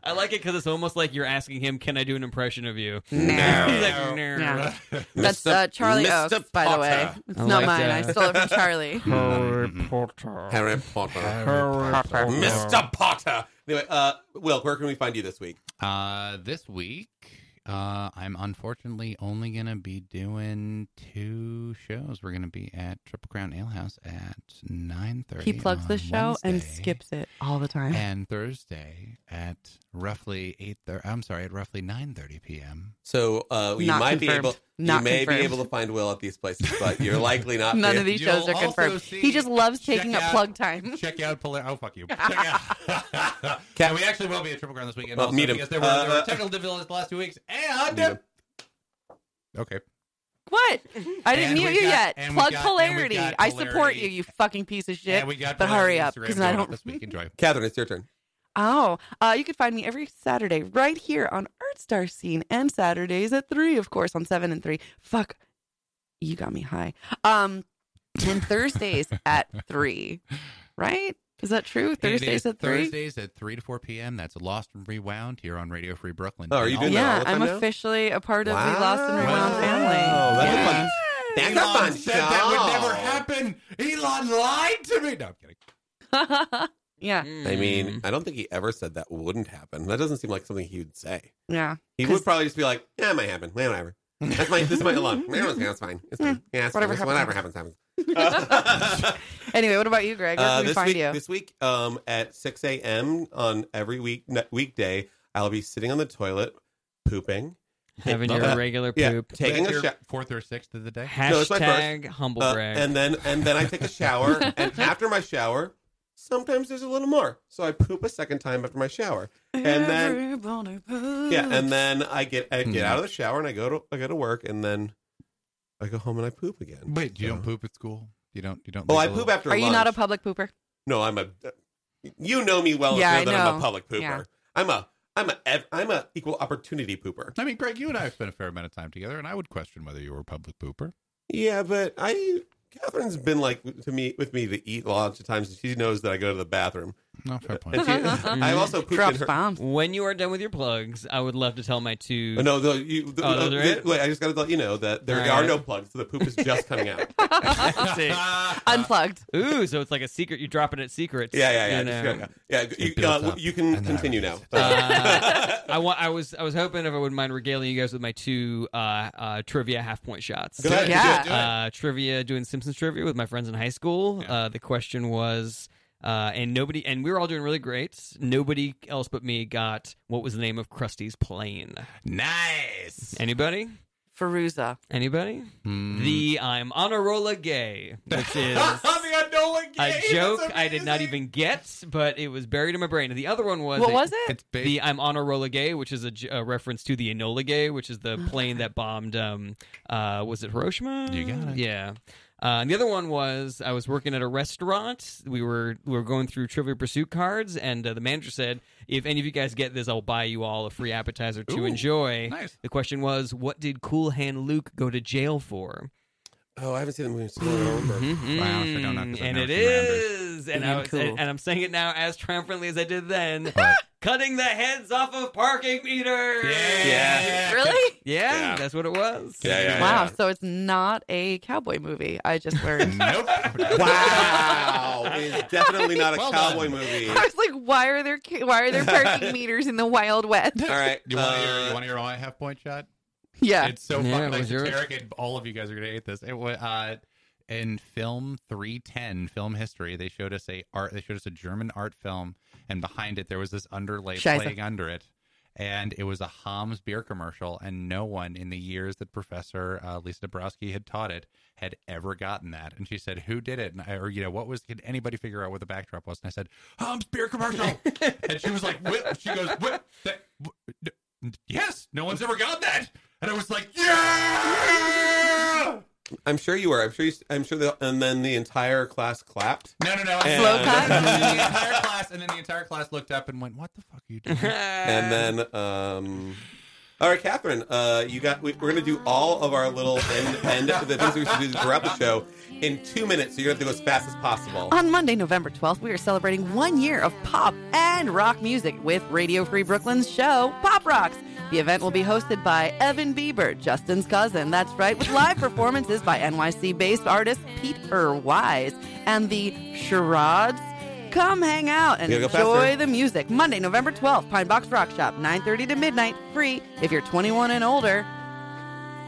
Speaker 3: I like it because it's almost like you're asking him, "Can I do an impression of you?"
Speaker 5: No.
Speaker 3: He's like, "No."
Speaker 5: No. That's uh, Charlie
Speaker 2: Mr.
Speaker 5: Oaks, by the way.
Speaker 2: Potter.
Speaker 5: It's
Speaker 3: I
Speaker 5: not
Speaker 3: like
Speaker 5: mine.
Speaker 3: that.
Speaker 5: I stole it from Charlie.
Speaker 2: Harry Potter. Mr. Potter. Anyway, uh, Will, where can we find you this week?
Speaker 6: Uh, this week, uh, I'm unfortunately only gonna be doing two shows. We're gonna be at Triple Crown Ale House at nine thirty.
Speaker 5: He plugs the show and skips it all the time.
Speaker 6: And Thursday at roughly eight. I'm sorry, at roughly nine thirty p.m.
Speaker 2: So uh, you
Speaker 5: Not
Speaker 2: might be
Speaker 5: confirmed.
Speaker 2: able, you
Speaker 5: Not
Speaker 2: may
Speaker 5: confirmed.
Speaker 2: be able to find Will at these places, but you're likely not.
Speaker 5: None
Speaker 2: to.
Speaker 5: of these
Speaker 6: Uh, You'll
Speaker 5: shows are
Speaker 6: also
Speaker 5: confirmed.
Speaker 6: see-
Speaker 5: He just loves
Speaker 6: check
Speaker 5: taking
Speaker 6: out-
Speaker 5: up plug time.
Speaker 6: Check out Polar. Oh fuck you! Check out. yeah, we actually will be at Triple Crown this weekend.
Speaker 2: Well,
Speaker 6: also,
Speaker 2: meet him.
Speaker 6: because there were,
Speaker 2: Uh,
Speaker 6: there
Speaker 2: uh,
Speaker 6: were technical difficulties the last two weeks,
Speaker 2: Meet him.
Speaker 6: and okay.
Speaker 5: What? I didn't
Speaker 6: And
Speaker 5: mute
Speaker 6: we
Speaker 5: you
Speaker 6: got-
Speaker 5: yet.
Speaker 6: and we
Speaker 5: Plug
Speaker 6: got- and we
Speaker 5: polarity.
Speaker 6: got
Speaker 5: I support
Speaker 6: polarity.
Speaker 5: you, you fucking piece of shit.
Speaker 6: And we got
Speaker 5: but
Speaker 6: Blair
Speaker 5: hurry
Speaker 6: on
Speaker 5: up,
Speaker 6: Instagram
Speaker 5: 'cause I
Speaker 6: going up
Speaker 5: don't-
Speaker 6: This week, enjoy.
Speaker 2: Catherine, it's your turn.
Speaker 5: Oh, uh, you can find me every Saturday right here on Artstar Scene and Saturdays at three, of course, on seven and three. Fuck, you got me high. Um, and Thursdays at three, right? Is that true?
Speaker 6: It is
Speaker 5: Thursdays at three.
Speaker 6: Thursdays at three to four p.m. That's Lost and Rewound here on Radio Free Brooklyn.
Speaker 2: Oh, are you
Speaker 6: And
Speaker 2: doing
Speaker 6: also-
Speaker 2: that all
Speaker 5: Yeah,
Speaker 2: the time
Speaker 5: I'm
Speaker 2: now?
Speaker 5: officially a part of the Lost and Rewound
Speaker 6: Wow.
Speaker 5: family.
Speaker 2: Oh, that's
Speaker 6: Yeah.
Speaker 2: a fun. That's a
Speaker 6: Elon
Speaker 2: fun
Speaker 6: said that would
Speaker 2: show.
Speaker 6: never happen. Elon lied to me. No, I'm kidding.
Speaker 5: Yeah.
Speaker 3: Mm.
Speaker 2: I mean, I don't think he ever said that wouldn't happen. That doesn't seem like something he would say.
Speaker 5: Yeah.
Speaker 2: He
Speaker 5: 'Cause-
Speaker 2: would probably just be like, "Yeah, it might happen. Yeah, whatever. That's my this is my alarm. Yeah, it's fine. It's fine. Yeah, it's
Speaker 5: Hmm. Whatever
Speaker 2: fine. It's- Whatever happens, happens."
Speaker 5: Anyway, what about you, Greg? Where
Speaker 2: Uh,
Speaker 5: can we
Speaker 2: this
Speaker 5: find
Speaker 2: week,
Speaker 5: you?
Speaker 2: this week, um, at six a.m. on every week ne- weekday, I'll be sitting on the toilet, pooping,
Speaker 3: Having
Speaker 2: Uh,
Speaker 3: your regular
Speaker 2: yeah,
Speaker 3: poop.
Speaker 2: taking a
Speaker 6: Your
Speaker 2: shower,
Speaker 6: fourth or sixth of the day.
Speaker 2: No, it's my first.
Speaker 3: Hashtag humble
Speaker 2: uh,
Speaker 3: brag.
Speaker 2: and then and then I take a shower, and after my shower, sometimes there's a little more, so I poop a second time after my shower, and then
Speaker 5: Everybody
Speaker 2: Yeah,
Speaker 5: poops.
Speaker 2: and then I get I get
Speaker 6: Hmm.
Speaker 2: out of the shower and I go to I go to work and then I go home and I poop again.
Speaker 6: Wait, you
Speaker 2: So-
Speaker 6: don't poop at school? You don't? You don't?
Speaker 2: Oh,
Speaker 6: leave
Speaker 2: I
Speaker 6: a
Speaker 2: poop
Speaker 6: little-
Speaker 2: after.
Speaker 5: Are you
Speaker 2: lunch.
Speaker 5: not a public pooper?
Speaker 2: No, I'm a. You know me well
Speaker 5: Yeah,
Speaker 2: enough
Speaker 5: I
Speaker 2: that I'm
Speaker 5: know.
Speaker 2: a public pooper.
Speaker 5: Yeah.
Speaker 2: I'm a I'm a ev- I'm a equal opportunity pooper.
Speaker 6: I mean, Greg, you and I have spent a fair amount of time together, and I would question whether you were a public pooper.
Speaker 2: Yeah, but I Catherine's been like to me with me to eat lots of times. and She knows that I go to the bathroom,
Speaker 6: No, fair point.
Speaker 2: and she, I've also pooped
Speaker 5: Drops
Speaker 2: in her.
Speaker 5: bombs.
Speaker 3: when you are done with your plugs, I would love to tell my two.
Speaker 2: Oh, No, though you. The,
Speaker 3: Oh, those
Speaker 2: uh,
Speaker 3: are it?
Speaker 2: wait, I just got to let you know that there
Speaker 3: All
Speaker 2: are
Speaker 3: right.
Speaker 2: no plugs, so the poop is just coming out.
Speaker 5: Unplugged.
Speaker 3: Ooh, so it's like a secret. You're dropping it secrets.
Speaker 2: Yeah, yeah, yeah.
Speaker 3: you
Speaker 2: just-
Speaker 3: know.
Speaker 2: yeah, yeah. You,
Speaker 6: builds
Speaker 2: uh,
Speaker 6: up,
Speaker 2: you can
Speaker 6: and then I
Speaker 2: continue now.
Speaker 6: release it.
Speaker 3: Uh, I want. I was. I was hoping if I wouldn't mind regaling you guys with my two uh, uh, trivia half point shots.
Speaker 2: Go ahead.
Speaker 5: Yeah.
Speaker 2: Do it, do it.
Speaker 3: Uh, trivia doing Simpsons trivia with my friends in high school. Uh, the question was, uh, and nobody, and we were all doing really great. Nobody else but me got what was the name of Krusty's plane?
Speaker 6: nice.
Speaker 3: Anybody?
Speaker 5: Feruza.
Speaker 3: Anybody?
Speaker 6: Hmm.
Speaker 3: The I'm on a roll gay, which is a joke I did not even get, but it was buried in my brain. And the other one was
Speaker 5: What
Speaker 3: a-
Speaker 5: was it?
Speaker 6: It's big.
Speaker 3: the I'm on a roll gay, which is a, j- a reference to the Enola Gay, which is the plane that bombed. Um, uh, was it Hiroshima?
Speaker 6: You got it.
Speaker 3: Yeah. Uh, and the other one was I was working at a restaurant. We were we were going through Trivia Pursuit cards, and uh, the manager said, "If any of you guys get this, I'll buy you all a free appetizer to
Speaker 6: Ooh,
Speaker 3: enjoy."
Speaker 6: nice.
Speaker 3: The question was, what did Cool Hand Luke go to jail for?
Speaker 2: Oh, I haven't seen the movie. So I don't
Speaker 3: Mm-hmm.
Speaker 6: Mm-hmm.
Speaker 2: remember.
Speaker 6: Wow, I forgot not
Speaker 3: Mm,
Speaker 6: 'cause I've
Speaker 3: and it
Speaker 6: never seen Rounders.
Speaker 3: is, and,
Speaker 5: Being
Speaker 3: I was,
Speaker 5: cool.
Speaker 3: and I'm saying it now as triumphantly as I did then.
Speaker 6: Right.
Speaker 3: Cutting the heads off of parking meters.
Speaker 2: Yeah.
Speaker 5: Really?
Speaker 3: Yeah,
Speaker 2: Yeah.
Speaker 3: that's what it was.
Speaker 2: Yeah, yeah,
Speaker 5: wow. So it's not a cowboy movie. I just learned.
Speaker 6: nope.
Speaker 2: Wow, it is definitely not a
Speaker 6: Well done.
Speaker 2: cowboy movie.
Speaker 5: I was like, why are there ca- why are there parking meters in the Wild West?
Speaker 2: All right,
Speaker 6: You want to hear?
Speaker 2: uh,
Speaker 6: You want to hear my half point shot?
Speaker 5: Yeah.
Speaker 6: It's so
Speaker 3: Yeah,
Speaker 6: fucking
Speaker 3: it was yours.
Speaker 6: esoteric, and all of you guys are gonna hate this. It was uh, in film 310, film history. They showed us a art. They showed us a German art film, and behind it there was this underlay
Speaker 5: Scheiße.
Speaker 6: playing under it, and it was a Hams beer commercial. And no one in the years that Professor uh, Lisa Dabrowski had taught it had ever gotten that. And she said, "Who did it?" And I, or you know, what was? Could anybody figure out what the backdrop was? And I said, "Hams beer commercial." and she was like, "What?" She goes, "What?" That, what yes, no one's ever got that. And I was like, yeah!
Speaker 2: I'm sure you were. I'm sure. You, I'm sure. The, and then the entire class clapped.
Speaker 6: No, no, no. I-
Speaker 2: Slow
Speaker 5: clap?
Speaker 6: the entire class, and then the entire class looked up and went, what the fuck are you doing?
Speaker 2: and then um all right catherine uh you got we, we're gonna do all of our little end, end the things we should do throughout the show in two minutes so you're gonna have to go as fast as possible
Speaker 5: On Monday, November 12th, we are celebrating one year of pop and rock music with Radio Free Brooklyn's show, Pop Rocks. The event will be hosted by Evan Bieber, Justin's cousin. That's right, with live performances by NYC based artist Pete Wise and the Charades. Come hang out and
Speaker 2: You gotta go
Speaker 5: enjoy
Speaker 2: faster.
Speaker 5: the music. Monday, November 12th, Pine Box Rock Shop, 9.30 to midnight, free if you're 21 and older.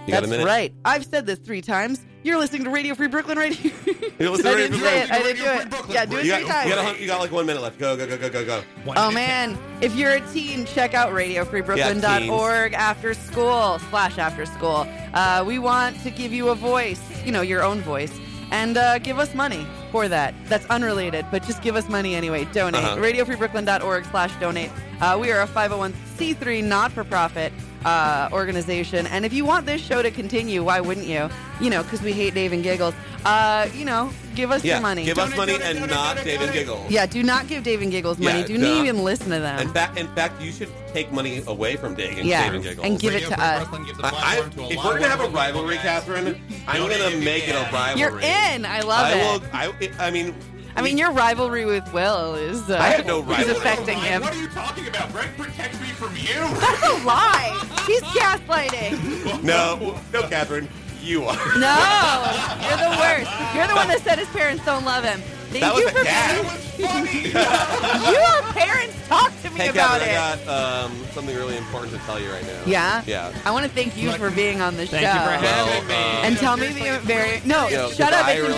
Speaker 2: you got a
Speaker 5: That's
Speaker 2: minute
Speaker 5: right. I've said this three times. You're listening to Radio Free Brooklyn right here.
Speaker 2: You're
Speaker 5: I
Speaker 2: listening to Radio
Speaker 5: didn't
Speaker 2: Free
Speaker 5: say it. I didn't
Speaker 6: Radio
Speaker 5: do
Speaker 6: Free
Speaker 5: it.
Speaker 6: Brooklyn.
Speaker 5: Yeah, do it
Speaker 2: you
Speaker 5: three
Speaker 2: got, you, got a, hun-
Speaker 5: times.
Speaker 2: you got like one minute left go go go go go go
Speaker 6: One
Speaker 5: Oh
Speaker 6: minute.
Speaker 5: man, if you're a teen, check out radiofreebrooklyn.org after school slash after school. Uh, we want to give you a voice, you know, your own voice, and uh, give us money for that. That's unrelated, but just give us money anyway. Donate.
Speaker 2: Uh-huh.
Speaker 5: Radiofreebrooklyn.org slash donate. Uh, we are a 501c3 not for profit uh, organization. And if you want this show to continue, why wouldn't you? You know, because we hate Dave and Giggles. Uh, you know, give us
Speaker 2: yeah
Speaker 5: your money.
Speaker 2: give us money
Speaker 6: donate,
Speaker 2: and
Speaker 6: donate,
Speaker 2: not
Speaker 6: donate,
Speaker 2: dave and
Speaker 6: donate.
Speaker 2: giggle
Speaker 5: yeah, do not give Dave and Giggles money.
Speaker 2: Yeah,
Speaker 5: do
Speaker 2: duh.
Speaker 5: not even listen to them.
Speaker 2: in fact in fact you should take money away from dave and,
Speaker 5: Yeah,
Speaker 2: Dave and giggle
Speaker 5: and give it
Speaker 6: Radio
Speaker 5: to
Speaker 6: Free
Speaker 5: us.
Speaker 6: Brooklyn gives a
Speaker 2: I,
Speaker 6: platform to a
Speaker 2: I, if
Speaker 6: lot
Speaker 2: we're
Speaker 6: of
Speaker 2: gonna have a
Speaker 6: wonderful
Speaker 2: rivalry
Speaker 6: guys.
Speaker 2: catherine i'm
Speaker 6: Donate
Speaker 2: gonna
Speaker 6: if you
Speaker 2: make it a
Speaker 6: can.
Speaker 2: rivalry
Speaker 5: You're in. I love
Speaker 2: i
Speaker 5: it.
Speaker 2: will i i mean
Speaker 5: I mean, your rivalry with Will is uh,
Speaker 2: I had no
Speaker 5: is
Speaker 2: rivalry.
Speaker 5: affecting him.
Speaker 6: What are you talking about? Greg protects me from you.
Speaker 5: That's a lie. He's gaslighting.
Speaker 2: no no catherine you are
Speaker 5: No, you're the worst. You're the one that said his parents don't love him. Thank
Speaker 11: that was
Speaker 5: you
Speaker 11: a
Speaker 5: for
Speaker 11: gag.
Speaker 5: Your parents talk to me
Speaker 2: Hey,
Speaker 5: about
Speaker 2: Gavin,
Speaker 5: it.
Speaker 2: I got um, something really important to tell you right now.
Speaker 5: Yeah?
Speaker 2: Yeah.
Speaker 5: I want to thank you for being on the show.
Speaker 2: Well, uh,
Speaker 5: And tell me that you're very. No,
Speaker 2: you know,
Speaker 5: shut up.
Speaker 2: I
Speaker 5: It's
Speaker 2: really